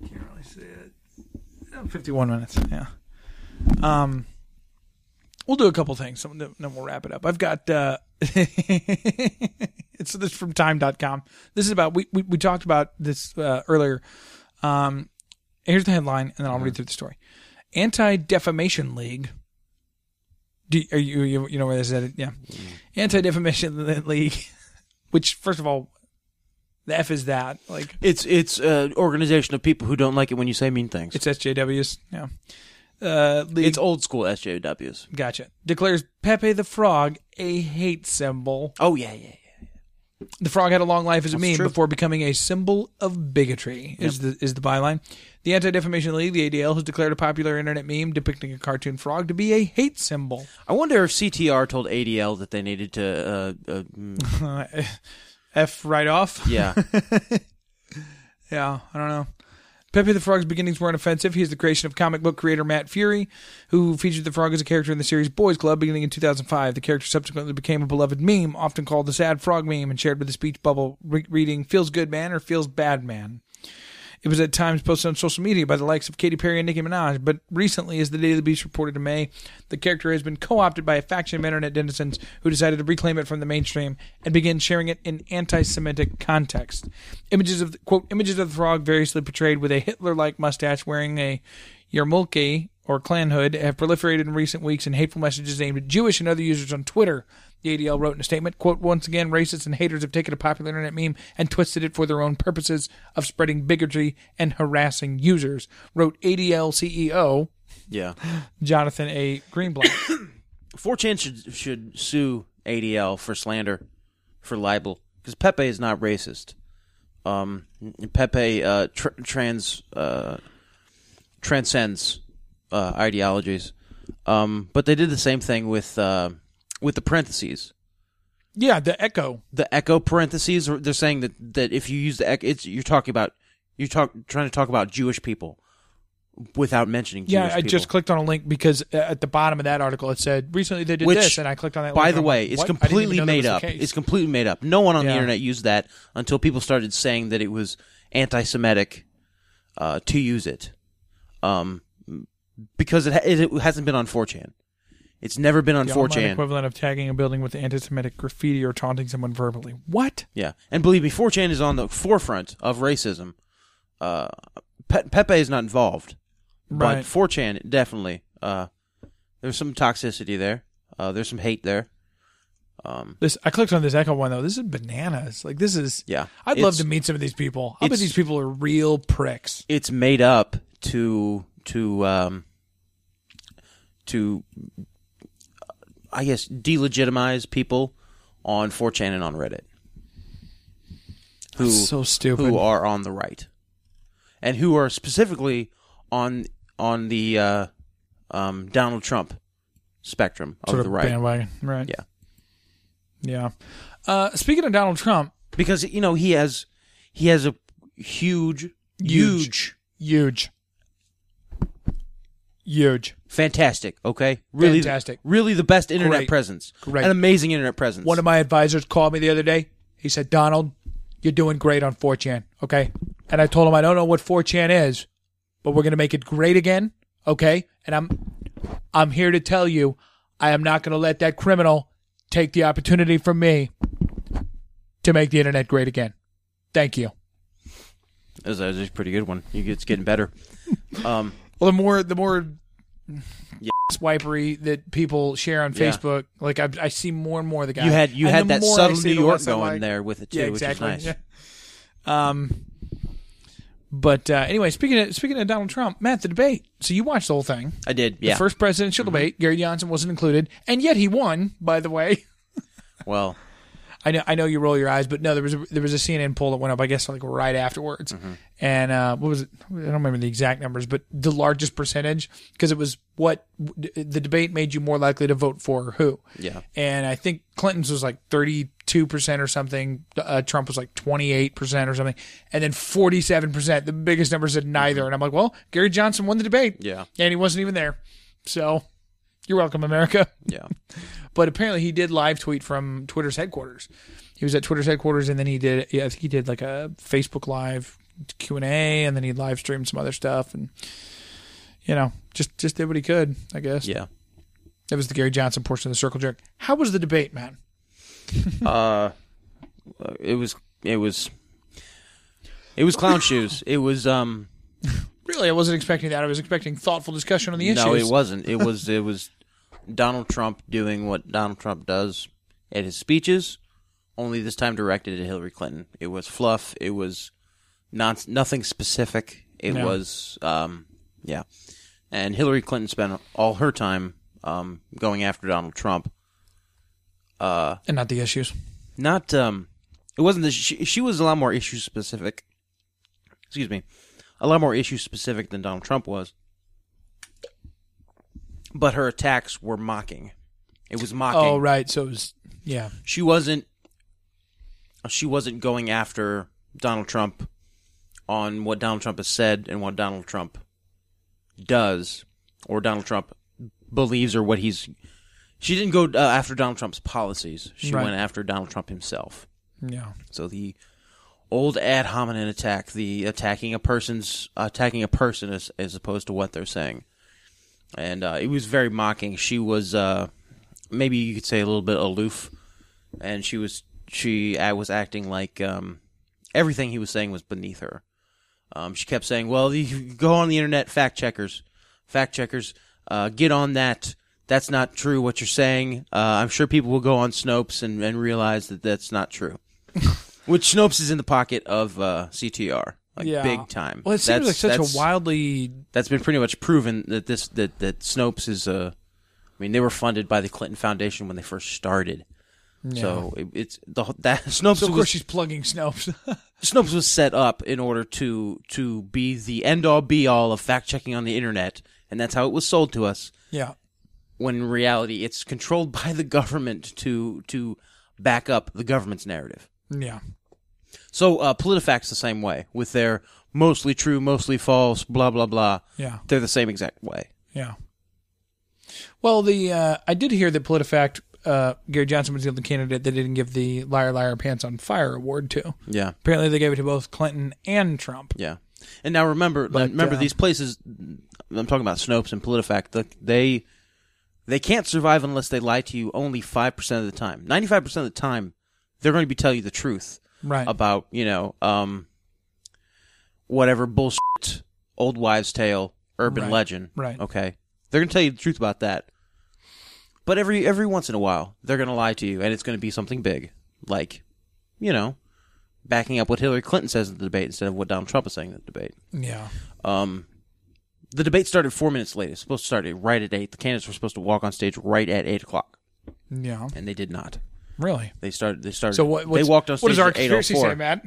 Speaker 1: Can't really see it. Uh, Fifty-one minutes. Yeah. Um, we'll do a couple things, and then then we'll wrap it up. I've got. Uh, it's this is from time.com. This is about we we, we talked about this uh, earlier. Um, here's the headline, and then I'll read through the story. Anti Defamation League do are you, you you know where this is at? Yeah, Anti Defamation League. Which, first of all, the F is that like
Speaker 2: It's it's an organization of people who don't like it when you say mean things. It's,
Speaker 1: it's SJWs. Yeah, uh, league.
Speaker 2: old school SJWs.
Speaker 1: gotcha. Declares Pepe the Frog a hate symbol.
Speaker 2: Oh yeah, yeah, yeah.
Speaker 1: The frog had a long life as a meme
Speaker 2: true.
Speaker 1: before becoming a symbol of bigotry. Is the is the byline? The Anti Defamation League, the ADL, has declared a popular internet meme depicting a cartoon frog to be a hate symbol.
Speaker 2: I wonder if CTR told ADL that they needed to. Uh, uh, mm,
Speaker 1: F right off.
Speaker 2: yeah,
Speaker 1: Yeah, I don't know. Pepe the Frog's beginnings weren't offensive. He is the creation of comic book creator Matt Fury, who featured the frog as a character in the series Boys Club beginning in 2005. The character subsequently became a beloved meme, often called the sad frog meme, and shared with the speech bubble re- reading Feels Good Man or Feels Bad Man. It was at times posted on social media by the likes of Katy Perry and Nicki Minaj, but recently, as the Daily Beast reported in May, the character has been co opted by a faction of internet denizens who decided to reclaim it from the mainstream and begin sharing it in anti Semitic context. Images of, the, quote, images of the frog variously portrayed with a Hitler like mustache wearing a yarmulke or clan hood have proliferated in recent weeks in hateful messages aimed at Jewish and other users on Twitter. The ADL wrote in a statement, quote, once again, racists and haters have taken a popular internet meme and twisted it for their own purposes of spreading bigotry and harassing users, wrote ADL CEO
Speaker 2: yeah.
Speaker 1: E Jonathan A. Greenblatt.
Speaker 2: 4chan should should sue ADL for slander, for libel, because Pepe is not racist. Um, Pepe uh, tr- trans uh, transcends uh, ideologies. Um, but they did the same thing with uh, with the parentheses.
Speaker 1: yeah, the echo.
Speaker 2: the echo parentheses or they're saying that that if you use the echo it's you're talking about you're talk, trying to talk about jewish people without mentioning
Speaker 1: Yeah,
Speaker 2: Jewish
Speaker 1: I
Speaker 2: people.
Speaker 1: just clicked on a link because uh, at the bottom of that article it said recently they did
Speaker 2: Which,
Speaker 1: this, and I clicked on that.
Speaker 2: By
Speaker 1: link,
Speaker 2: the
Speaker 1: I'm
Speaker 2: way,
Speaker 1: like,
Speaker 2: it's
Speaker 1: "What? I didn't even
Speaker 2: completely
Speaker 1: know that
Speaker 2: made
Speaker 1: was the
Speaker 2: up.
Speaker 1: case."
Speaker 2: It's completely made up. No one on the
Speaker 1: Yeah.
Speaker 2: internet used that until people started saying that it was anti-Semitic uh, to use it, um, because it, ha- it, it hasn't been on 4chan. It's never been on
Speaker 1: the online
Speaker 2: 4chan.
Speaker 1: equivalent of tagging a building with anti-Semitic graffiti or taunting someone verbally. What?
Speaker 2: Yeah, and believe me, 4chan is on the forefront of racism. Uh, Pe- Pepe is not involved,
Speaker 1: Right.
Speaker 2: but 4chan definitely. Uh, there's some toxicity there. Uh, there's some hate there.
Speaker 1: This I clicked on this Echo one though. This is bananas. Like this is.
Speaker 2: Yeah.
Speaker 1: I'd love
Speaker 2: It's-
Speaker 1: to meet some of these people. I bet
Speaker 2: it's-
Speaker 1: these people are real pricks.
Speaker 2: it's made up to to um to I guess delegitimize people on 4chan and on Reddit who
Speaker 1: so stupid.
Speaker 2: who are on the right and who are specifically on on the uh, um, Donald Trump spectrum of
Speaker 1: Sort
Speaker 2: the
Speaker 1: of
Speaker 2: right
Speaker 1: bandwagon, right?
Speaker 2: Yeah.
Speaker 1: Yeah. Uh, speaking of Donald Trump,
Speaker 2: because you know he has he has a huge
Speaker 1: Huge.
Speaker 2: huge
Speaker 1: huge, huge.
Speaker 2: Fantastic. Okay. Really
Speaker 1: Fantastic.
Speaker 2: Really the best internet
Speaker 1: Great.
Speaker 2: presence.
Speaker 1: Great.
Speaker 2: An amazing internet presence.
Speaker 1: One of my advisors called me the other day. He said, Donald, you're doing great on 4chan. Okay. And I told him, I don't know what 4chan is, but we're going to make it great again. Okay. And I'm, I'm here to tell you, I am not going to let that criminal take the opportunity from me to make the internet great again. Thank you.
Speaker 2: that was, that was a pretty good one. You- It's getting better. Um
Speaker 1: Well, the more, the more swipery that people share on
Speaker 2: Yeah.
Speaker 1: Facebook, like I, I see more and more of the guy.
Speaker 2: you had you
Speaker 1: And
Speaker 2: had
Speaker 1: the
Speaker 2: that
Speaker 1: more I
Speaker 2: subtle
Speaker 1: see,
Speaker 2: New
Speaker 1: the
Speaker 2: York
Speaker 1: less I
Speaker 2: going
Speaker 1: like.
Speaker 2: there with it too,
Speaker 1: yeah, exactly.
Speaker 2: which is nice.
Speaker 1: Yeah. Um, but uh, anyway, speaking of speaking of Donald Trump, Matt, the debate. So you watched the whole thing,
Speaker 2: I did. Yeah. Mm-hmm.
Speaker 1: the first presidential debate. Gary Johnson wasn't included, and yet he won. By the way,
Speaker 2: well,
Speaker 1: I know I know you roll your eyes, but no, there was a, there was a CNN poll that went up, I guess, like right afterwards,
Speaker 2: Mm-hmm.
Speaker 1: and uh, what was it? I don't remember the exact numbers, but the largest percentage because it was what the debate made you more likely to vote for or who.
Speaker 2: Yeah.
Speaker 1: and I think Clinton's was like thirty two percent or something. Uh, Trump was like twenty eight percent or something, and then forty seven percent. The biggest number said neither, and I'm like, well, Gary Johnson won the debate.
Speaker 2: Mm-hmm. Yeah.
Speaker 1: and he wasn't even there, so you're welcome, America
Speaker 2: yeah.
Speaker 1: but apparently he did live tweet from Twitter's headquarters. He was at Twitter's headquarters, and then he did. Yeah, I think he did like a Facebook live Q and A, and then he live streamed some other stuff, and you know, just just did what he could. I guess.
Speaker 2: Yeah.
Speaker 1: That was the Gary Johnson portion of the circle jerk. How was the debate, man?
Speaker 2: It was it was it was clown shoes. It was um
Speaker 1: Really, I wasn't expecting that. I was expecting thoughtful discussion on the issues.
Speaker 2: no, it wasn't. It was it was Donald Trump doing what Donald Trump does at his speeches, only this time directed at Hillary Clinton. It was fluff. It was not nothing specific. It
Speaker 1: Yeah.
Speaker 2: was um, yeah, and Hillary Clinton spent all her time um, going after Donald Trump.
Speaker 1: and not the issues.
Speaker 2: Not um, it wasn't. The, she, she was a lot more issue specific. Excuse me, a lot more issue specific than Donald Trump was. But her attacks were mocking. It was mocking.
Speaker 1: Oh, right. So it was. Yeah.
Speaker 2: she wasn't she wasn't going after Donald Trump on what Donald Trump has said and what Donald Trump does or Donald Trump believes or what he's she didn't go uh, after Donald Trump's policies. She
Speaker 1: Right.
Speaker 2: went after Donald Trump himself.
Speaker 1: Yeah.
Speaker 2: So the old ad hominem attack, the attacking a person's attacking a person as as opposed to what they're saying, and uh, it was very mocking. She was uh, maybe you could say a little bit aloof, and she was she uh, was acting like um, everything he was saying was beneath her. Um, she kept saying, "Well, you go on the internet, fact checkers, fact checkers, uh, get on that. That's not true. What you're saying. Uh, I'm sure people will go on Snopes and, and realize that that's not true." Which Snopes is in the pocket of uh, CTR, like
Speaker 1: yeah.
Speaker 2: big time.
Speaker 1: Well, it seems
Speaker 2: That's-
Speaker 1: like such
Speaker 2: that's-
Speaker 1: a wildly
Speaker 2: That's been pretty much proven that this that that Snopes is a. I mean, they were funded by the Clinton Foundation when they first started. So it, it's the whole- that Snopes
Speaker 1: So of
Speaker 2: was
Speaker 1: course she's plugging Snopes.
Speaker 2: Snopes was set up in order to to be the end all be all of fact checking on the internet, and that's how it was sold to us.
Speaker 1: yeah.
Speaker 2: When in reality, it's controlled by the government to to back up the government's narrative.
Speaker 1: Yeah.
Speaker 2: So uh, PolitiFact's the same way with their mostly true, mostly false, blah blah blah.
Speaker 1: Yeah.
Speaker 2: They're the same exact way.
Speaker 1: Yeah. Well, the uh, I did hear that PolitiFact uh, Gary Johnson was the only candidate that didn't give the liar liar pants on fire award to.
Speaker 2: Yeah.
Speaker 1: Apparently, they gave it to both Clinton and Trump.
Speaker 2: Yeah. And now remember,
Speaker 1: But,
Speaker 2: remember
Speaker 1: uh,
Speaker 2: these places. I'm talking about Snopes and PolitiFact. The, they they can't survive unless they lie to you. Only five percent of the time. Ninety five percent of the time, they're going to be telling you the truth
Speaker 1: Right.
Speaker 2: about you know um whatever bullshit, old wives' tale, urban
Speaker 1: Right.
Speaker 2: legend.
Speaker 1: Right.
Speaker 2: Okay. They're going to tell you the truth about that. But every every once in a while, they're going to lie to you, and it's going to be something big, like you know, backing up what Hillary Clinton says in the debate instead of what Donald Trump is saying in the debate.
Speaker 1: yeah.
Speaker 2: Um, the debate started four minutes late. It's supposed to start at right at eight. The candidates were supposed to walk on stage right at eight o'clock,
Speaker 1: Yeah.
Speaker 2: and they did not.
Speaker 1: Really.
Speaker 2: They started. They started.
Speaker 1: So what?
Speaker 2: They
Speaker 1: What's,
Speaker 2: walked on stage
Speaker 1: what does our
Speaker 2: at
Speaker 1: conspiracy
Speaker 2: 8:04.
Speaker 1: say, Matt?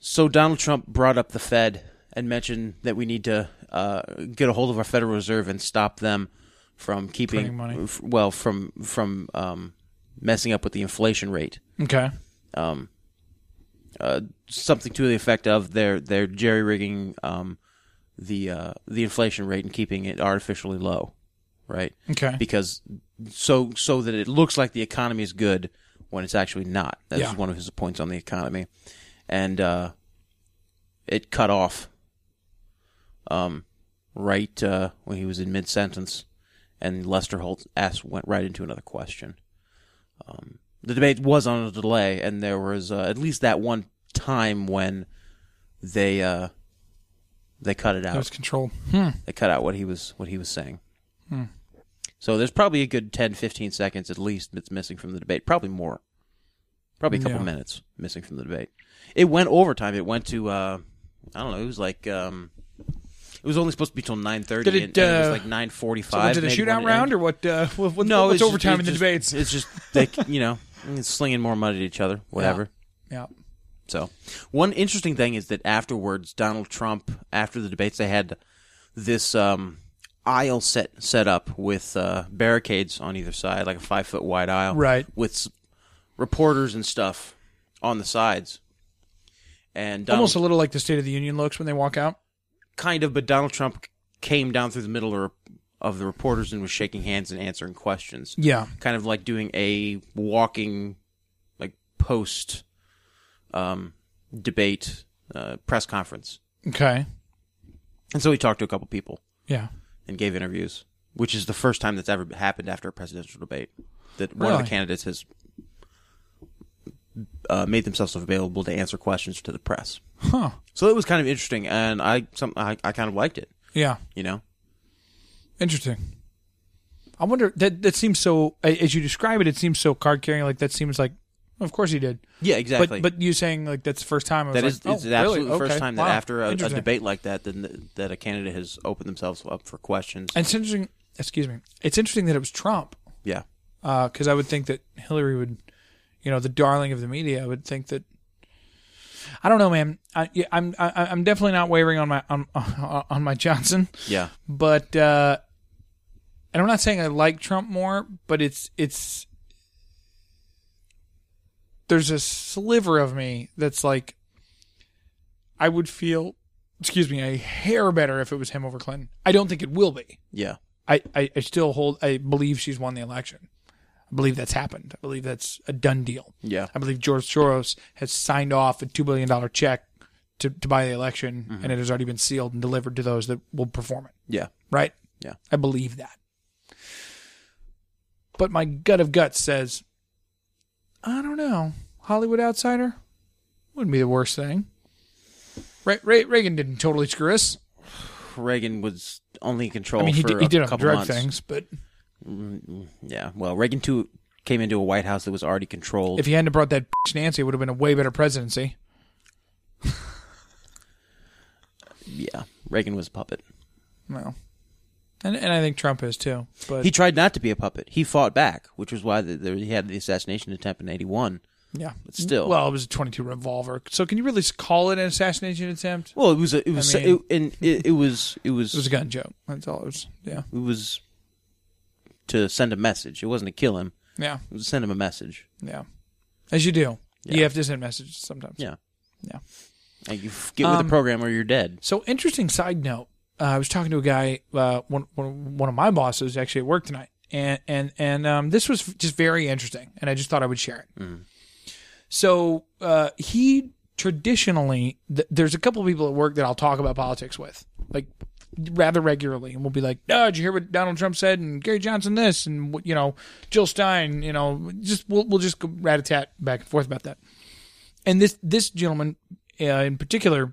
Speaker 2: So Donald Trump brought up the Fed and mentioned that we need to uh, get a hold of our Federal Reserve and stop them from keeping
Speaker 1: Printing money.
Speaker 2: f- well from from um, messing up with the inflation rate.
Speaker 1: Okay.
Speaker 2: um, uh, something to the effect of they're they're jerry rigging um, the uh, the inflation rate and keeping it artificially low, right?
Speaker 1: Okay.
Speaker 2: Because so so that it looks like the economy is good when it's actually not. That's
Speaker 1: Yeah.
Speaker 2: one of his points on the economy, and uh, it cut off um, right uh, when he was in mid sentence, and Lester Holt asked went right into another question Um, the debate was on a delay, and there was uh, at least that one time when they uh, they cut it out.
Speaker 1: That was control. Hmm.
Speaker 2: They cut out what he was what he was saying. So there's probably a good 10, 15 seconds at least that's missing from the debate. Probably more. Probably a couple
Speaker 1: Yeah.
Speaker 2: minutes missing from the debate. It went overtime. It went to uh, I don't know. It was like um, it was only supposed to be till nine thirty.
Speaker 1: Did it,
Speaker 2: and, and it was
Speaker 1: uh,
Speaker 2: like nine
Speaker 1: So was
Speaker 2: forty-five.
Speaker 1: it a shootout round or what? Uh, what, what
Speaker 2: no?
Speaker 1: what's
Speaker 2: it's just-
Speaker 1: overtime
Speaker 2: it's
Speaker 1: in the
Speaker 2: just-
Speaker 1: debates?
Speaker 2: It's just they, you know, slinging more mud at each other. Whatever.
Speaker 1: Yeah.
Speaker 2: So, one interesting thing is that afterwards, Donald Trump, after the debates, they had this um, aisle set set up with uh, barricades on either side, like a five foot wide aisle,
Speaker 1: Right.
Speaker 2: With s- reporters and stuff on the sides, and Donald,
Speaker 1: Almost a little like the State of the Union looks when they walk out.
Speaker 2: kind of, but Donald Trump came down through the middle of, of the reporters and was shaking hands and answering questions
Speaker 1: Yeah.
Speaker 2: kind of like doing a walking like post um, debate uh, press conference
Speaker 1: Okay.
Speaker 2: and so he talked to a couple people
Speaker 1: Yeah.
Speaker 2: and gave interviews which is the first time that's ever happened after a presidential debate that one of
Speaker 1: Really?
Speaker 2: the candidates has uh, made themselves available to answer questions to the press
Speaker 1: Huh.
Speaker 2: so it was kind of interesting and i some i, I kind of liked it
Speaker 1: Yeah.
Speaker 2: you know
Speaker 1: Interesting. I wonder that that seems so. a- As you describe it, it seems so card carrying. Like that seems like, of course he did.
Speaker 2: yeah exactly
Speaker 1: But but you saying like that's the first time. I was
Speaker 2: That
Speaker 1: like,
Speaker 2: is,
Speaker 1: oh,
Speaker 2: it's absolutely
Speaker 1: really?
Speaker 2: the first
Speaker 1: Okay.
Speaker 2: time that
Speaker 1: Wow.
Speaker 2: after a, a
Speaker 1: Interesting.
Speaker 2: debate like that, then th- that a candidate has opened themselves up for questions.
Speaker 1: And it's interesting. Excuse me. It's interesting that it was Trump,
Speaker 2: yeah,
Speaker 1: because I would think that Hillary would, you know, the darling of the media. I would think that. I don't know, man. I, yeah, I'm I, I'm definitely not wavering on my on on my Johnson.
Speaker 2: yeah,
Speaker 1: but uh and I'm not saying I like Trump more, but it's it's there's a sliver of me that's like I would feel excuse me, a hair better if it was him over Clinton. I don't think it will be.
Speaker 2: yeah,
Speaker 1: I, I, I still hold I believe she's won the election. I believe that's happened. I believe that's a done deal.
Speaker 2: yeah,
Speaker 1: I believe George Soros has signed off a $2 billion check to, to buy the election, and it has already been sealed and delivered to those that will perform it
Speaker 2: yeah,
Speaker 1: right?
Speaker 2: Yeah.
Speaker 1: I believe that. But my gut of guts says, I don't know. Hollywood outsider wouldn't be the worst thing. Re- Re- Reagan didn't totally screw us.
Speaker 2: Reagan was only in control.
Speaker 1: I mean, he,
Speaker 2: Oh, for
Speaker 1: did,
Speaker 2: a
Speaker 1: he did on
Speaker 2: couple
Speaker 1: drug
Speaker 2: months.
Speaker 1: things, but
Speaker 2: Yeah, well, Reagan too came into a White House that was already controlled.
Speaker 1: if he hadn't have brought that bitch Nancy, it would have been a way better presidency.
Speaker 2: yeah, Reagan was a puppet.
Speaker 1: Well, and and I think Trump is too. But
Speaker 2: He tried not to be a puppet. He fought back, which was why the, the, he had the assassination attempt in '81.
Speaker 1: yeah,
Speaker 2: still.
Speaker 1: well, it was a twenty-two revolver. So can you really call it an assassination attempt?
Speaker 2: Well, it was a, it was
Speaker 1: mean-
Speaker 2: it, and it, it was it was
Speaker 1: It was a gun joke. That's all it was. Yeah,
Speaker 2: it was to send a message. It wasn't to kill him.
Speaker 1: yeah.
Speaker 2: It was to send him a message.
Speaker 1: Yeah. As you do. You have to send messages sometimes.
Speaker 2: Yeah.
Speaker 1: Yeah.
Speaker 2: Uh, You f- get with the program or you're dead.
Speaker 1: So interesting side note. Uh, I was talking to a guy, uh, one, one one of my bosses actually at work tonight, and and and um, this was just very interesting, and I just thought I would share it. So uh, he traditionally, th- there's a couple of people at work that I'll talk about politics with, like rather regularly, and we'll be like, "Oh, did you hear what Donald Trump said?" and Gary Johnson this, and what- you know, Jill Stein, you know, just we'll we'll just go rat a tat back and forth about that. And this this gentleman uh, in particular.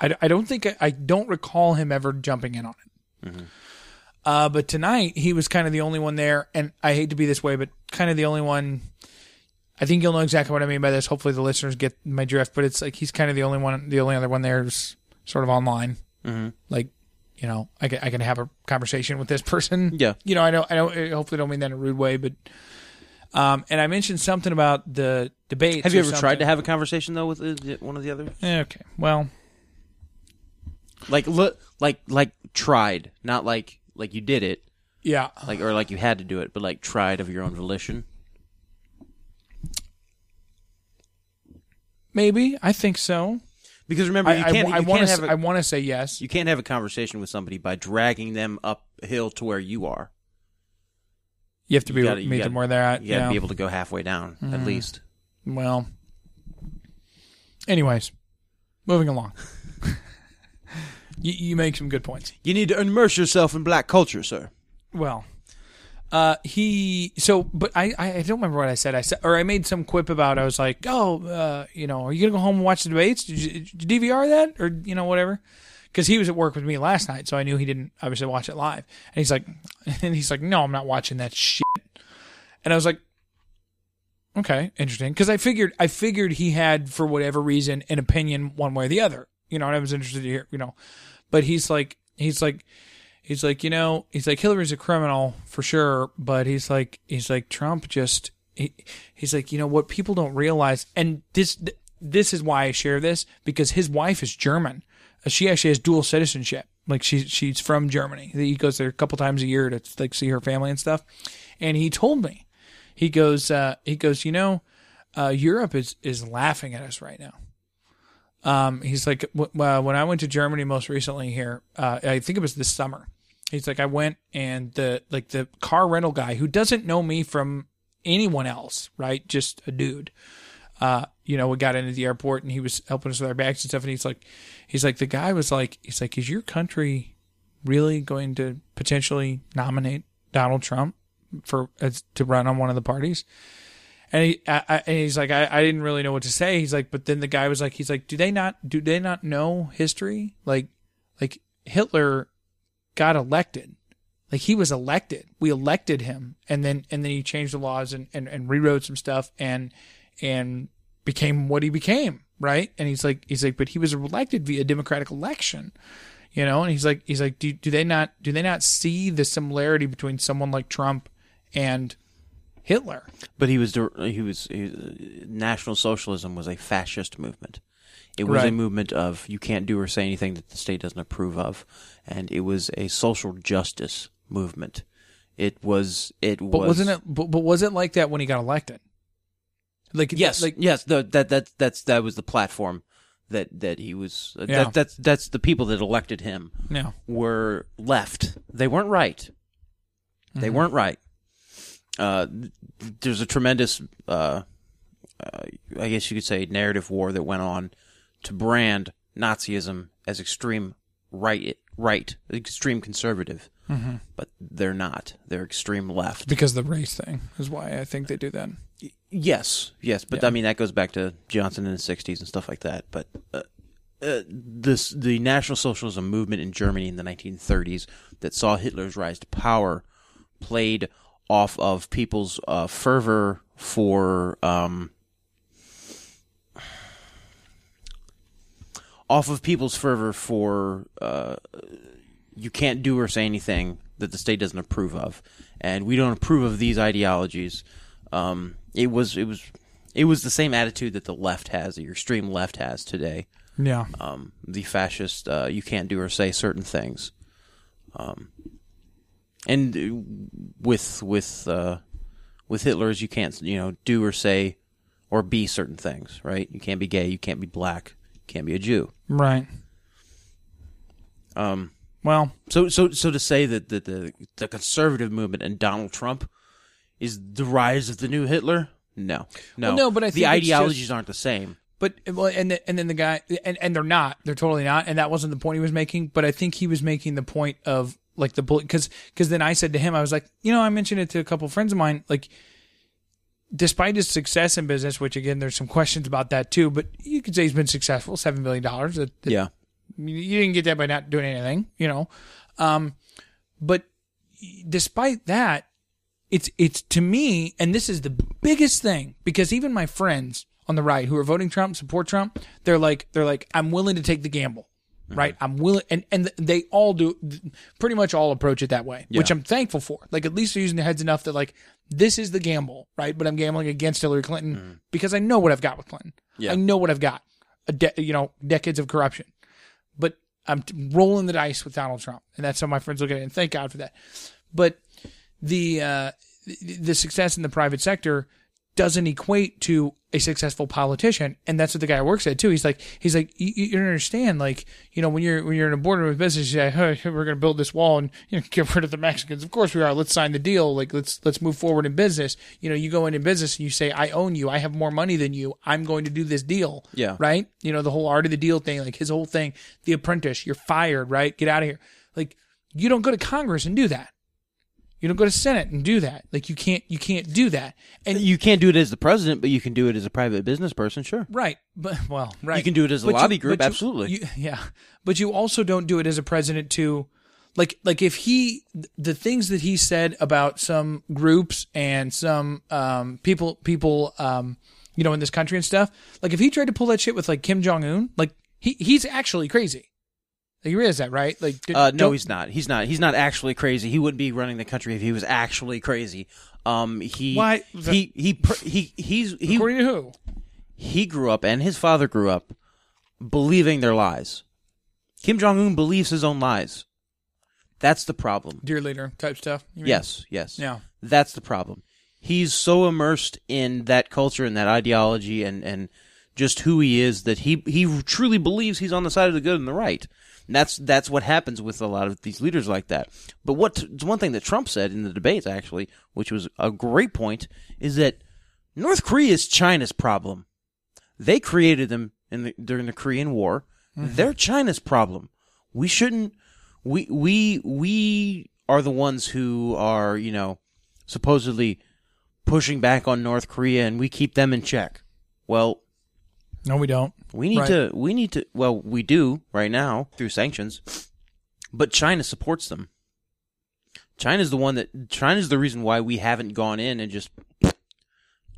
Speaker 1: I, I don't think I don't recall him ever jumping in on it. Uh, but tonight he was kind of the only one there, and I hate to be this way, but kind of the only one. I think you'll know exactly what I mean by this. Hopefully, the listeners get my drift. But it's like he's kind of the only one, the only other one there who's sort of online. Like, you know, I can, I can have a conversation with this person.
Speaker 2: Yeah.
Speaker 1: You know, I don't, I don't. I Hopefully, don't mean that in a rude way, but. Um, and I mentioned something about the debate.
Speaker 2: Have you ever tried to have a conversation though with uh, one of the other?
Speaker 1: Okay. Well,
Speaker 2: Like look, like like tried, not like like you did it,
Speaker 1: yeah.
Speaker 2: like or like you had to do it, but like tried of your own volition.
Speaker 1: Maybe I think so.
Speaker 2: Because remember, you
Speaker 1: I,
Speaker 2: can't. you,
Speaker 1: want
Speaker 2: can't
Speaker 1: to.
Speaker 2: have
Speaker 1: I
Speaker 2: a,
Speaker 1: want to say yes.
Speaker 2: you can't have a conversation with somebody by dragging them uphill to where you are.
Speaker 1: You have to be
Speaker 2: You gotta- you
Speaker 1: meet them
Speaker 2: gotta-
Speaker 1: where they're at.
Speaker 2: You gotta
Speaker 1: Yeah.
Speaker 2: be able to go halfway down at least.
Speaker 1: well. Anyways, moving along. you, you make some good points.
Speaker 2: You need to immerse yourself in black culture, sir.
Speaker 1: Well, uh, he so, but I, I I don't remember what I said. I said or I made some quip about. I was like, oh, uh, you know, are you gonna go home and watch the debates? Did you, did you DVR that or you know whatever? Because he was at work with me last night, so I knew he didn't obviously watch it live. And he's like, and he's like, no, I'm not watching that shit. And I was like, okay, interesting. Because I figured I figured he had for whatever reason an opinion one way or the other. You know, and I was interested to hear. You know, but he's like, he's like, he's like, you know, he's like Hillary's a criminal for sure, but he's like, he's like Trump just, he, he's like, you know what people don't realize, and this, th- this is why I share this because his wife is German. Uh, She actually has dual citizenship. Like she, she's from Germany. He goes there a couple times a year to like see her family and stuff. And he told me, he goes, uh, he goes, you know, uh, Europe is is laughing at us right now. Um, he's like, w- uh, when I went to Germany most recently here, uh, I think it was this summer. He's like, I went and the like the car rental guy who doesn't know me from anyone else, right? Just a dude. Uh, you know, we got into the airport and he was helping us with our bags and stuff. And he's like, he's like, the guy was like, he's like, is your country really going to potentially nominate Donald Trump for as, to run on one of the parties? And he I, I, and he's like, I, I didn't really know what to say. He's like, but then the guy was like, he's like, do they not do they not know history? Like, like Hitler got elected, like he was elected. We elected him, and then and then he changed the laws and and, and rewrote some stuff and and became what he became, right? And he's like he's like, but he was elected via democratic election you know and he's like he's like do, do they not do they not see the similarity between someone like trump and hitler
Speaker 2: But he was dir- he was he, was- National Socialism was a fascist movement. It was a
Speaker 1: Right.
Speaker 2: movement of you can't do or say anything that the state doesn't approve of, and it was a social justice movement. It was it
Speaker 1: but
Speaker 2: was
Speaker 1: was. not it but, but was it like that when he got elected like
Speaker 2: yes
Speaker 1: like
Speaker 2: yes the, that that that's that was the platform that that he was
Speaker 1: Yeah.
Speaker 2: that, that's that's the people that elected him
Speaker 1: no
Speaker 2: were left. They weren't right. They weren't right. Uh, th- there's a tremendous, uh, uh, I guess you could say, narrative war that went on to brand Nazism as extreme right, right, extreme conservative. But they're not. They're extreme left.
Speaker 1: because of the race thing is why i think they do that
Speaker 2: Yes, yes, but
Speaker 1: Yeah.
Speaker 2: I mean that goes back to Johnson in the '60s and stuff like that. But uh, uh, this the National Socialism movement in Germany in the 1930s that saw Hitler's rise to power played off of people's uh, fervor for um, off of people's fervor for uh, you can't do or say anything that the state doesn't approve of, and we don't approve of these ideologies. Um, it was it was it was the same attitude that the left has, the extreme left has today.
Speaker 1: yeah
Speaker 2: Um, the fascist, uh, you can't do or say certain things, um, and uh, with with uh, with Hitler's, you can't you know do or say or be certain things, right? You can't be gay, you can't be black, you can't be a Jew.
Speaker 1: Right.
Speaker 2: Um,
Speaker 1: Well,
Speaker 2: so so so to say that, that the the conservative movement and Donald Trump is the rise of the new Hitler? No, no,
Speaker 1: Well, no, but I
Speaker 2: the
Speaker 1: think it's
Speaker 2: ideologies
Speaker 1: just-
Speaker 2: aren't the same.
Speaker 1: but well, and the, and then the guy and, and they're not. They're totally not. And that wasn't the point he was making. But I think he was making the point of like the bullet because because then I said to him, I was like, you know, I mentioned it to a couple friends of mine, like. Despite his success in business, which again, there's some questions about that too, but you could say he's been successful, seven billion dollars. That, that-
Speaker 2: Yeah,
Speaker 1: you- you didn't get that by not doing anything, you know. Um, but despite that, it's it's to me, and this is the biggest thing because even my friends on the right who are voting Trump, support Trump, they're like they're like I'm willing to take the gamble, right? I'm willing, and and they all do, pretty much all approach it that way, which I'm thankful for. Like at least they're using their heads enough that like this is the gamble, right? But I'm gambling against Hillary Clinton because I know what I've got with Clinton. I know what I've got, a de- you know, decades of corruption but I'm t- rolling the dice with Donald Trump, and that's how my friends look at it. And thank God for that. But the uh, th- the success in the private sector doesn't equate to a successful politician, and that's what the guy at work said too. He's like, he's like, you, you don't understand, like, you know, when you're when you're in a boardroom with business, you say, hey, we're going to build this wall and you know, get rid of the Mexicans. Of course we are. Let's sign the deal. Like, let's let's move forward in business. You know, you go into business and you say, I own you. I have more money than you. I'm going to do this deal.
Speaker 2: Yeah.
Speaker 1: Right. You know, the whole art of the deal thing, like his whole thing, The Apprentice. You're fired. Right. Get out of here. Like, you don't go to Congress and do that. You don't go to Senate and do that. Like you can't you can't do that. And
Speaker 2: you can't do it as the president, but you can do it as a private business person. Sure.
Speaker 1: Right, but well, right.
Speaker 2: can do it as a lobby group,
Speaker 1: but
Speaker 2: absolutely.
Speaker 1: you- yeah, but you also don't do it as a president to, like, like if he the things that he said about some groups and some um people people um you know in this country and stuff. Like if he tried to pull that shit with like Kim Jong Un, like he he's actually crazy. Like, you realize that, right? Like d-
Speaker 2: Uh, no,
Speaker 1: don't-
Speaker 2: he's not. He's not. He's not actually crazy. He wouldn't be running the country if he was actually crazy. Um, he
Speaker 1: Why-
Speaker 2: he he pr- he he's he
Speaker 1: according to who?
Speaker 2: he grew up and his father grew up believing their lies. Kim Jong Un believes his own lies. That's the problem.
Speaker 1: Dear leader type stuff. you mean?
Speaker 2: Yes, yes.
Speaker 1: Yeah.
Speaker 2: That's the problem. He's so immersed in that culture and that ideology and and just who he is that he he truly believes he's on the side of the good and the right. And that's that's what happens with a lot of these leaders like that. But what it's one thing that Trump said in the debates actually, which was a great point, is that North Korea is China's problem. They created them in the, during the Korean War.
Speaker 1: Mm-hmm.
Speaker 2: They're China's problem. We shouldn't. We we we are the ones who are you know supposedly pushing back on North Korea, and we keep them in check. Well,
Speaker 1: No, we don't.
Speaker 2: we need
Speaker 1: Right.
Speaker 2: to. We need to. Well, we do right now through sanctions, but China supports them. China's the one that China's the reason why we haven't gone in and just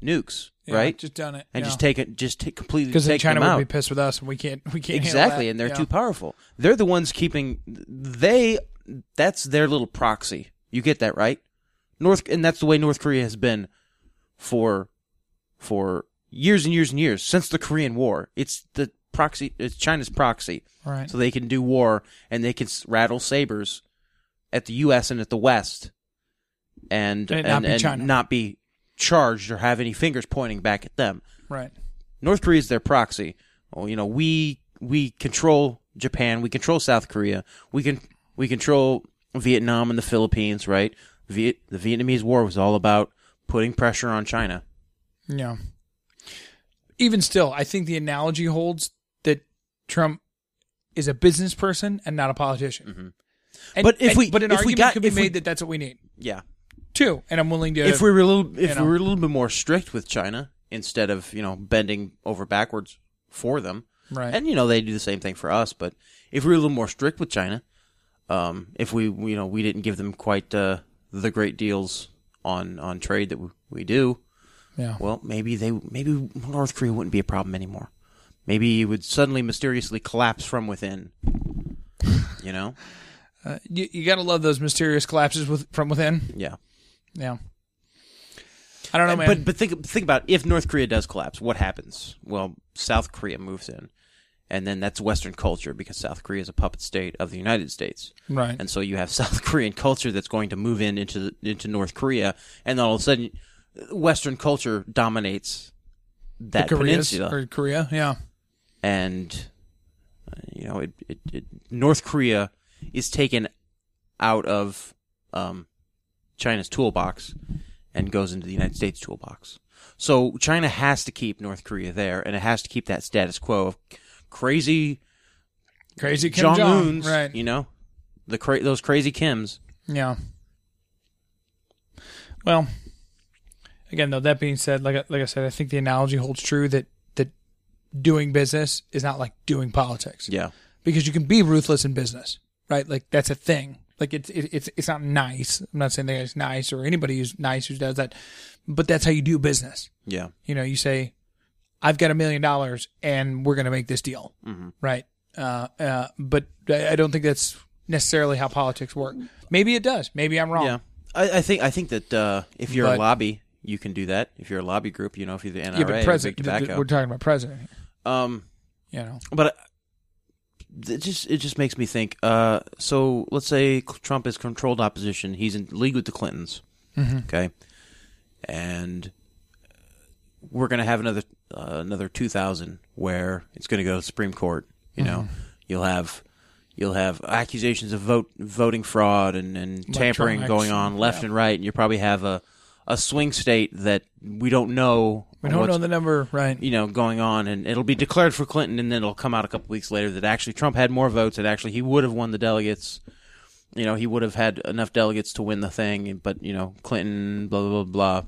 Speaker 2: nukes,
Speaker 1: Yeah,
Speaker 2: right?
Speaker 1: Just done it.
Speaker 2: and
Speaker 1: yeah.
Speaker 2: just take it, just take, completely
Speaker 1: because then
Speaker 2: take
Speaker 1: China
Speaker 2: them
Speaker 1: would
Speaker 2: out.
Speaker 1: be pissed with us, and we can't we can't handle
Speaker 2: exactly,
Speaker 1: that.
Speaker 2: and they're
Speaker 1: Yeah.
Speaker 2: too powerful. They're the ones keeping. They that's their little proxy. You get that right? North, and that's the way North Korea has been for for years and years and years since the Korean War. It's the proxy. It's China's proxy,
Speaker 1: Right.
Speaker 2: so they can do war and they can s- rattle sabers at the U.S. and at the West, and
Speaker 1: And
Speaker 2: and,
Speaker 1: it not be
Speaker 2: and
Speaker 1: China.
Speaker 2: not be charged or have any fingers pointing back at them.
Speaker 1: Right.
Speaker 2: North Korea is their proxy. Oh, you know, we we control Japan, we control South Korea, we can we control Vietnam and the Philippines, right? Viet, the Vietnamese War was all about putting pressure on China.
Speaker 1: Yeah. Even still, I think the analogy holds that Trump is a business person and not a politician. And,
Speaker 2: Mm-hmm. But if
Speaker 1: and-
Speaker 2: we-
Speaker 1: but an
Speaker 2: if we
Speaker 1: argument
Speaker 2: got-
Speaker 1: could be
Speaker 2: if we-
Speaker 1: made that that's what we need
Speaker 2: Yeah.
Speaker 1: too, and I'm willing to.
Speaker 2: If we were a little if
Speaker 1: you know.
Speaker 2: we were a little bit more strict with China instead of, you know, bending over backwards for them.
Speaker 1: right,
Speaker 2: And you know, they do the same thing for us, but if we were a little more strict with China, um, if we we- you know, we didn't give them quite uh, the great deals on on trade that we, we do,
Speaker 1: yeah,
Speaker 2: Well, maybe they maybe North Korea wouldn't be a problem anymore. Maybe it would suddenly mysteriously collapse from within. You know?
Speaker 1: you, you got to love those mysterious collapses with from within.
Speaker 2: Yeah.
Speaker 1: Yeah, I don't know, Oh, man.
Speaker 2: But but think think about if North Korea does collapse, what happens? Well, South Korea moves in. And then that's Western culture because South Korea is a puppet state of the United States.
Speaker 1: right,
Speaker 2: And so you have South Korean culture that's going to move in into into North Korea and then all of a sudden Western culture dominates that
Speaker 1: Koreas
Speaker 2: peninsula.
Speaker 1: or Korea. Yeah.
Speaker 2: and uh, you know it, it, it North Korea is taken out of um, China's toolbox and goes into the United States toolbox. So China has to keep North Korea there, and it has to keep that status quo of crazy
Speaker 1: Crazy Kim
Speaker 2: Jong
Speaker 1: Jong
Speaker 2: Un's,
Speaker 1: Right.
Speaker 2: you know, the cra- those crazy Kims.
Speaker 1: Yeah. Well, again, though, that being said, like I- like I said, I think the analogy holds true that that doing business is not like doing politics.
Speaker 2: Yeah,
Speaker 1: because you can be ruthless in business, right? Like that's a thing. Like it's it, it's it's not nice. I'm not saying that it's nice or anybody who's nice who does that, but that's how you do business.
Speaker 2: yeah,
Speaker 1: You know, you say, "I've got a million dollars and we're going to make this deal,"
Speaker 2: Mm-hmm.
Speaker 1: right? Uh, uh, but I I don't think that's necessarily how politics work. Maybe it does. Maybe I'm wrong.
Speaker 2: yeah. I, I think I think that uh, if you're
Speaker 1: Oh. But-
Speaker 2: a lobby, you can do that. If you're a lobby group, you know, if you're the NRA,
Speaker 1: Yeah,
Speaker 2: or
Speaker 1: but
Speaker 2: Big
Speaker 1: president. th- th-
Speaker 2: Tobacco.
Speaker 1: we're talking about president.
Speaker 2: um,
Speaker 1: You know,
Speaker 2: but I- it just it just makes me think. Uh, so let's say Trump is controlled opposition. He's in league with the Clintons.
Speaker 1: Mm-hmm.
Speaker 2: Okay, and we're gonna have another uh, another two thousand where it's gonna go to the Supreme Court. You know,
Speaker 1: Mm-hmm.
Speaker 2: you'll have you'll have accusations of vote voting fraud and, and tampering
Speaker 1: Electronics.
Speaker 2: going on left and right, and you probably have a a swing state that we don't know.
Speaker 1: we don't
Speaker 2: what's
Speaker 1: know the number, right?
Speaker 2: you know, going on, and it'll be declared for Clinton, and then it'll come out a couple weeks later that actually Trump had more votes, and actually he would have won the delegates. You know, he would have had enough delegates to win the thing, but you know, Clinton, blah blah blah blah,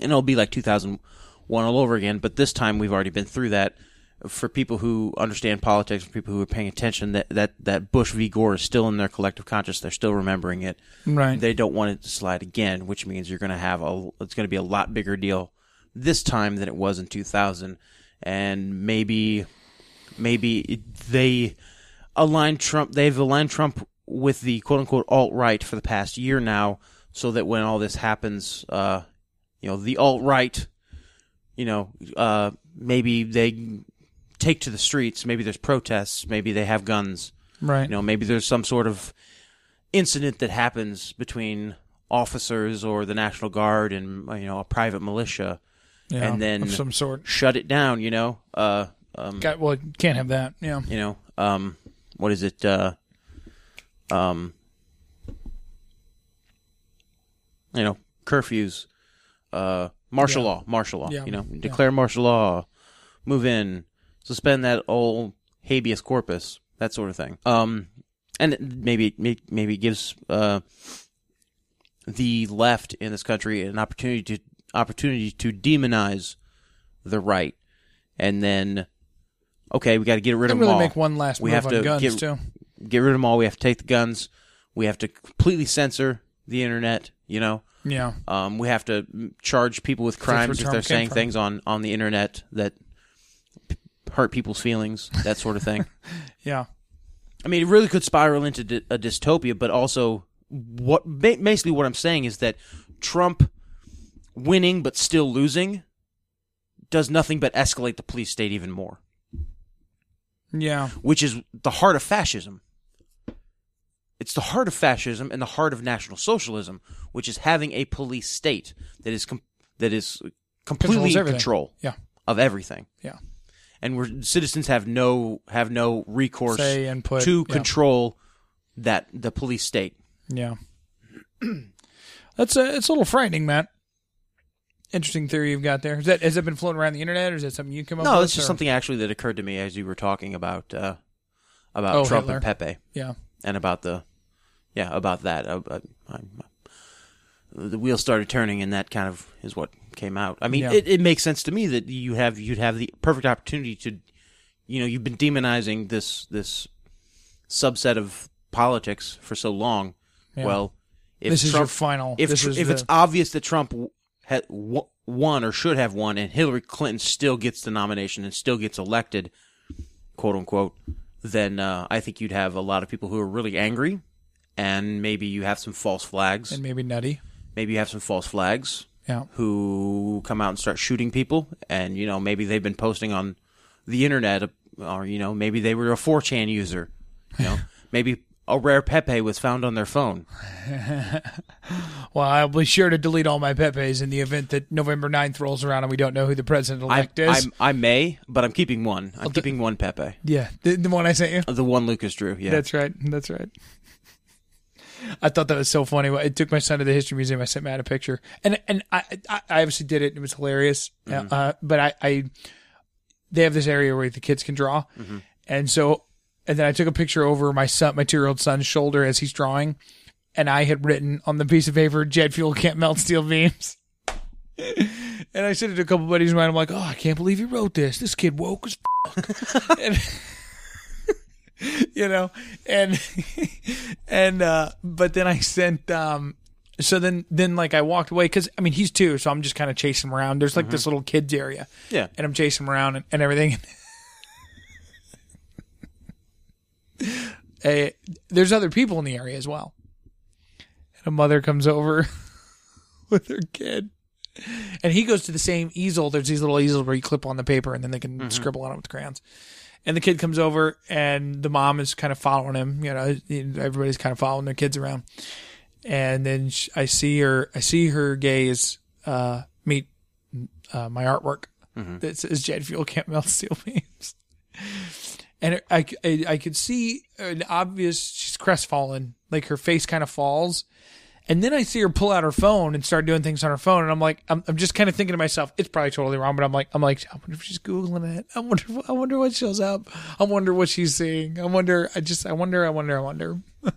Speaker 2: and it'll be like 2001 all over again. But this time we've already been through that. For people who understand politics, for people who are paying attention, that that that Bush v Gore is still in their collective conscious. They're still remembering it.
Speaker 1: Right.
Speaker 2: They don't want it to slide again, which means you're going to have a. It's going to be a lot bigger deal this time than it was in 2000, and maybe, maybe it, they align Trump. They've aligned Trump with the quote unquote alt right for the past year now, so that when all this happens, uh, you know, the alt right, you know, uh, maybe they take to the streets. Maybe there's protests. Maybe they have guns.
Speaker 1: right.
Speaker 2: You know, maybe there's some sort of incident that happens between officers or the National Guard and you know a private militia,
Speaker 1: Yeah,
Speaker 2: and then
Speaker 1: of some sort.
Speaker 2: shut it down. You know, uh, um,
Speaker 1: Got, well, you can't have that. Yeah.
Speaker 2: you know, um, what is it? Uh, um, you know, curfews, uh, martial law, martial law.
Speaker 1: Yeah,
Speaker 2: You know,
Speaker 1: yeah.
Speaker 2: declare martial law, move in, suspend that old habeas corpus, that sort of thing. Um, and it maybe may- maybe it gives uh, the left in this country an opportunity to opportunity to demonize the right, and then okay, we got to get rid
Speaker 1: I
Speaker 2: of
Speaker 1: really
Speaker 2: them all.
Speaker 1: make one last
Speaker 2: we
Speaker 1: move
Speaker 2: have
Speaker 1: on
Speaker 2: to
Speaker 1: guns
Speaker 2: get,
Speaker 1: too.
Speaker 2: get rid of them all. We have to take the guns. We have to completely censor the internet. You know,
Speaker 1: Yeah.
Speaker 2: um, we have to mm, charge people with
Speaker 1: where
Speaker 2: crimes if
Speaker 1: Trump
Speaker 2: they're
Speaker 1: came
Speaker 2: saying
Speaker 1: from.
Speaker 2: things on on the internet that p- hurt people's feelings, that sort of thing.
Speaker 1: Yeah.
Speaker 2: I mean, it really could spiral into dy- a dystopia, but also what ba- basically what I'm saying is that Trump winning but still losing does nothing but escalate the police state even more,
Speaker 1: Yeah.
Speaker 2: which is the heart of fascism. It's the heart of fascism and the heart of national socialism, which is having a police state that is com- that is completely
Speaker 1: Controls
Speaker 2: in
Speaker 1: everything.
Speaker 2: control
Speaker 1: Yeah.
Speaker 2: of everything.
Speaker 1: Yeah.
Speaker 2: and where citizens have no have no recourse
Speaker 1: Say input,
Speaker 2: to
Speaker 1: yeah.
Speaker 2: control that the police state.
Speaker 1: Yeah. That's a, it's a little frightening, Matt. Interesting theory you've got there. Is that, has that been floating around the internet or is that something you come up with?
Speaker 2: No, it's just
Speaker 1: or-
Speaker 2: something actually that occurred to me as you were talking about uh, about
Speaker 1: Oh,
Speaker 2: Trump and
Speaker 1: Hitler.
Speaker 2: Pepe
Speaker 1: Yeah.
Speaker 2: and about the yeah about that. Uh, uh, I, the wheel started turning, and that kind of is what came out. I mean,
Speaker 1: Yeah.
Speaker 2: it, it makes sense to me that you have you'd have the perfect opportunity to, you know, you've been demonizing this this subset of politics for so long.
Speaker 1: Yeah.
Speaker 2: Well, if
Speaker 1: This is
Speaker 2: Trump,
Speaker 1: your final-
Speaker 2: if
Speaker 1: this
Speaker 2: tr-
Speaker 1: is
Speaker 2: if
Speaker 1: the-
Speaker 2: it's obvious that Trump w- had w- won or should have won, and Hillary Clinton still gets the nomination and still gets elected, quote unquote, then uh, I think you'd have a lot of people who are really angry, and maybe you have some false flags.
Speaker 1: And maybe nutty.
Speaker 2: Maybe you have some false flags
Speaker 1: Yeah.
Speaker 2: who come out and start shooting people, and you know maybe they've been posting on the internet, or you know maybe they were a 4chan user, you know maybe a rare Pepe was found on their phone.
Speaker 1: Well, I'll be sure to delete all my Pepe's in the event that November 9th rolls around and we don't know who the president
Speaker 2: I,
Speaker 1: elect is.
Speaker 2: I, I may, but I'm keeping one. I'm keeping one Pepe.
Speaker 1: yeah, the, the one I sent you.
Speaker 2: The one Lucas drew. Yeah.
Speaker 1: That's right. That's right. I thought that was so funny. It took my son to the history museum. I sent Matt a picture, and and I I I obviously did it. It was hilarious. Uh, but I I they have this area where the kids can draw, and so and then I took a picture over my son, my two year old son's shoulder as he's drawing, and I had written on the piece of paper, "Jet fuel can't melt steel beams." And I sent it to a couple buddies of mine. I'm like, oh, I can't believe he wrote this. This kid woke as fuck. and, you know, and and uh, but then I sent. um So then then like I walked away because I mean he's two, so I'm just kind of chasing him around. There's like this little kids area.
Speaker 2: Yeah.
Speaker 1: and I'm chasing him around and, and everything. Eh, there's other people in the area as well. And a mother comes over with her kid. And he goes to the same easel. There's these little easels where you clip on the paper and then they can scribble on it with crayons. And the kid comes over and the mom is kind of following him. You know, everybody's kind of following their kids around. And then sh I see her, I see her gaze, uh, meet, uh, my artwork that says jet fuel can't melt steel beams. And I, I, I could see an obvious, she's crestfallen, like her face kind of falls. And then I see her pull out her phone and start doing things on her phone, and I'm like, I'm, I'm just kind of thinking to myself, it's probably totally wrong, but I'm like, I'm like, I wonder if she's googling it. I wonder, I wonder what shows up. I wonder what she's seeing. I wonder. I just, I wonder, I wonder, I wonder.
Speaker 2: and,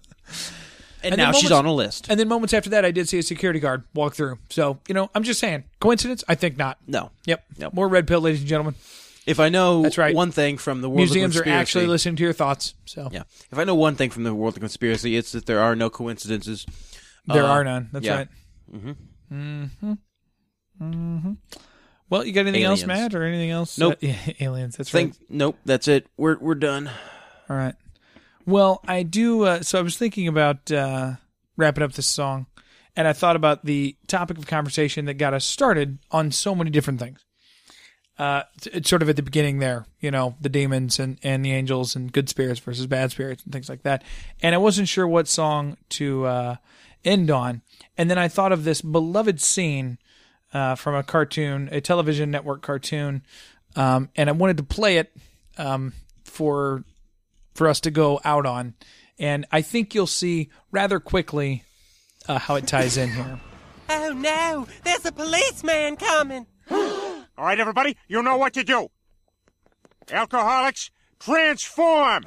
Speaker 1: and
Speaker 2: now
Speaker 1: the
Speaker 2: she's on
Speaker 1: moments-
Speaker 2: a list.
Speaker 1: And then moments after that, I did see a security guard walk through. So you know, I'm just saying, coincidence? I think not.
Speaker 2: No.
Speaker 1: Yep.
Speaker 2: Nope.
Speaker 1: More red pill, ladies and gentlemen.
Speaker 2: If I know
Speaker 1: That's right.
Speaker 2: one thing from the world
Speaker 1: Museums
Speaker 2: of
Speaker 1: are
Speaker 2: conspiracy,
Speaker 1: actually listening to your thoughts. So
Speaker 2: Yeah. If I know one thing from the world of conspiracy, it's that there are no coincidences.
Speaker 1: there
Speaker 2: Uh,
Speaker 1: are none. That's
Speaker 2: yeah.
Speaker 1: right. Mm-hmm. Mm-hmm. Mm-hmm. Well, you got anything else,
Speaker 2: Aliens.
Speaker 1: Matt, or anything else?
Speaker 2: Nope.
Speaker 1: Uh, yeah, aliens. That's right.
Speaker 2: Think nope, that's it. We're we're done.
Speaker 1: All right. Well, I do. Uh, so I was thinking about uh, wrapping up this song, and I thought about the topic of conversation that got us started on so many different things. Uh, it's- it's sort of at the beginning there, you know, the demons and, and the angels and good spirits versus bad spirits and things like that. And I wasn't sure what song to uh, end on. And then I thought of this beloved scene uh, from a cartoon, a television network cartoon, um, and I wanted to play it um, for for us to go out on. And I think you'll see rather quickly uh, how it ties in here.
Speaker 3: Oh no, there's a policeman coming.
Speaker 4: All right, everybody, you know what to do. Alcoholics, transform!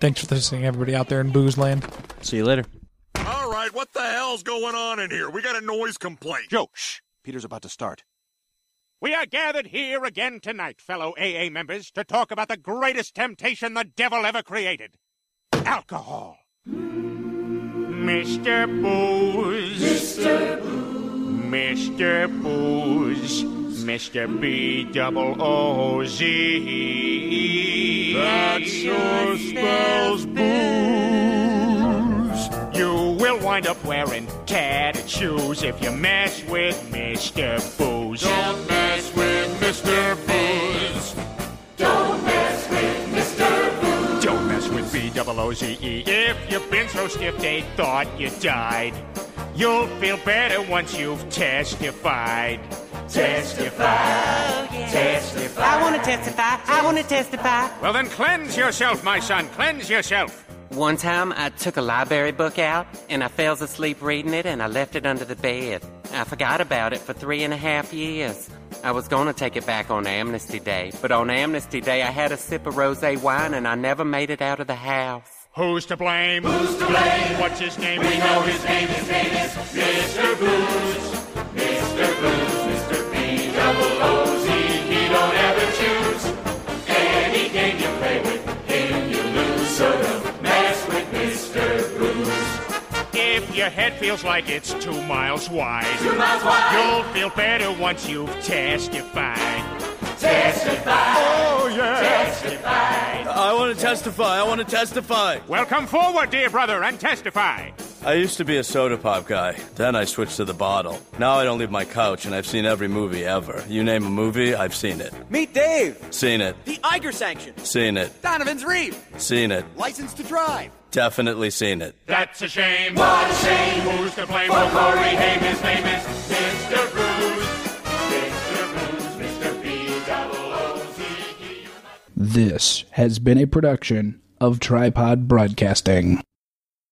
Speaker 1: Thanks for listening, everybody out there in booze land.
Speaker 2: See you later.
Speaker 4: All right, what the hell's going on in here? We got a noise complaint. Joe, shh. Peter's about to start. We are gathered here again tonight, fellow AA members, to talk about the greatest temptation the devil ever created alcohol. Mr. Booze. Mr. Booze. Mr. Booze. Mr. B double O Z. That sure spells booze. You will wind up wearing tattered shoes if you mess with Mr. Booze. Don't mess with Mr. Booze. Don't mess with B double O Z E. If you've been so stiff they thought you died, you'll feel better once you've testified. Testified. Testify.
Speaker 3: I want to testify. I want to testify.
Speaker 4: Well, then cleanse yourself, my son. Cleanse yourself.
Speaker 3: One time I took a library book out and I fell asleep reading it and I left it under the bed. I forgot about it for three and a half years. I was going to take it back on Amnesty Day, but on Amnesty Day I had a sip of rose wine and I never made it out of the house.
Speaker 4: Who's to blame? Who's to blame? What's his name? We know his name. His name is Mr. Booze. Mr. Booze. Mr. B double O Z. He don't ever choose. Any game you play with him, you lose. So don't mess with Mr. Booze. If your head feels like it's two miles wide, two miles wide, you'll feel better once you've testified. Testify. Oh yeah. Testify.
Speaker 2: I want to testify. I want to testify.
Speaker 4: Well, come forward, dear brother, and testify.
Speaker 5: I used to be a soda pop guy. Then I switched to the bottle. Now I don't leave my couch, and I've seen every movie ever. You name a movie, I've seen it.
Speaker 6: Meet Dave,
Speaker 5: Seen it.
Speaker 6: the Iger sanction.
Speaker 5: Seen it.
Speaker 6: Donovan's Reef,
Speaker 5: Seen it.
Speaker 6: license to drive.
Speaker 5: Definitely seen it.
Speaker 4: That's a shame. What a shame. Who's to blame for Corey Haim? His name is Mr. Bruce. Mr. Bruce, Mr. B double O Z E.
Speaker 7: This has been a production of Tripod Broadcasting.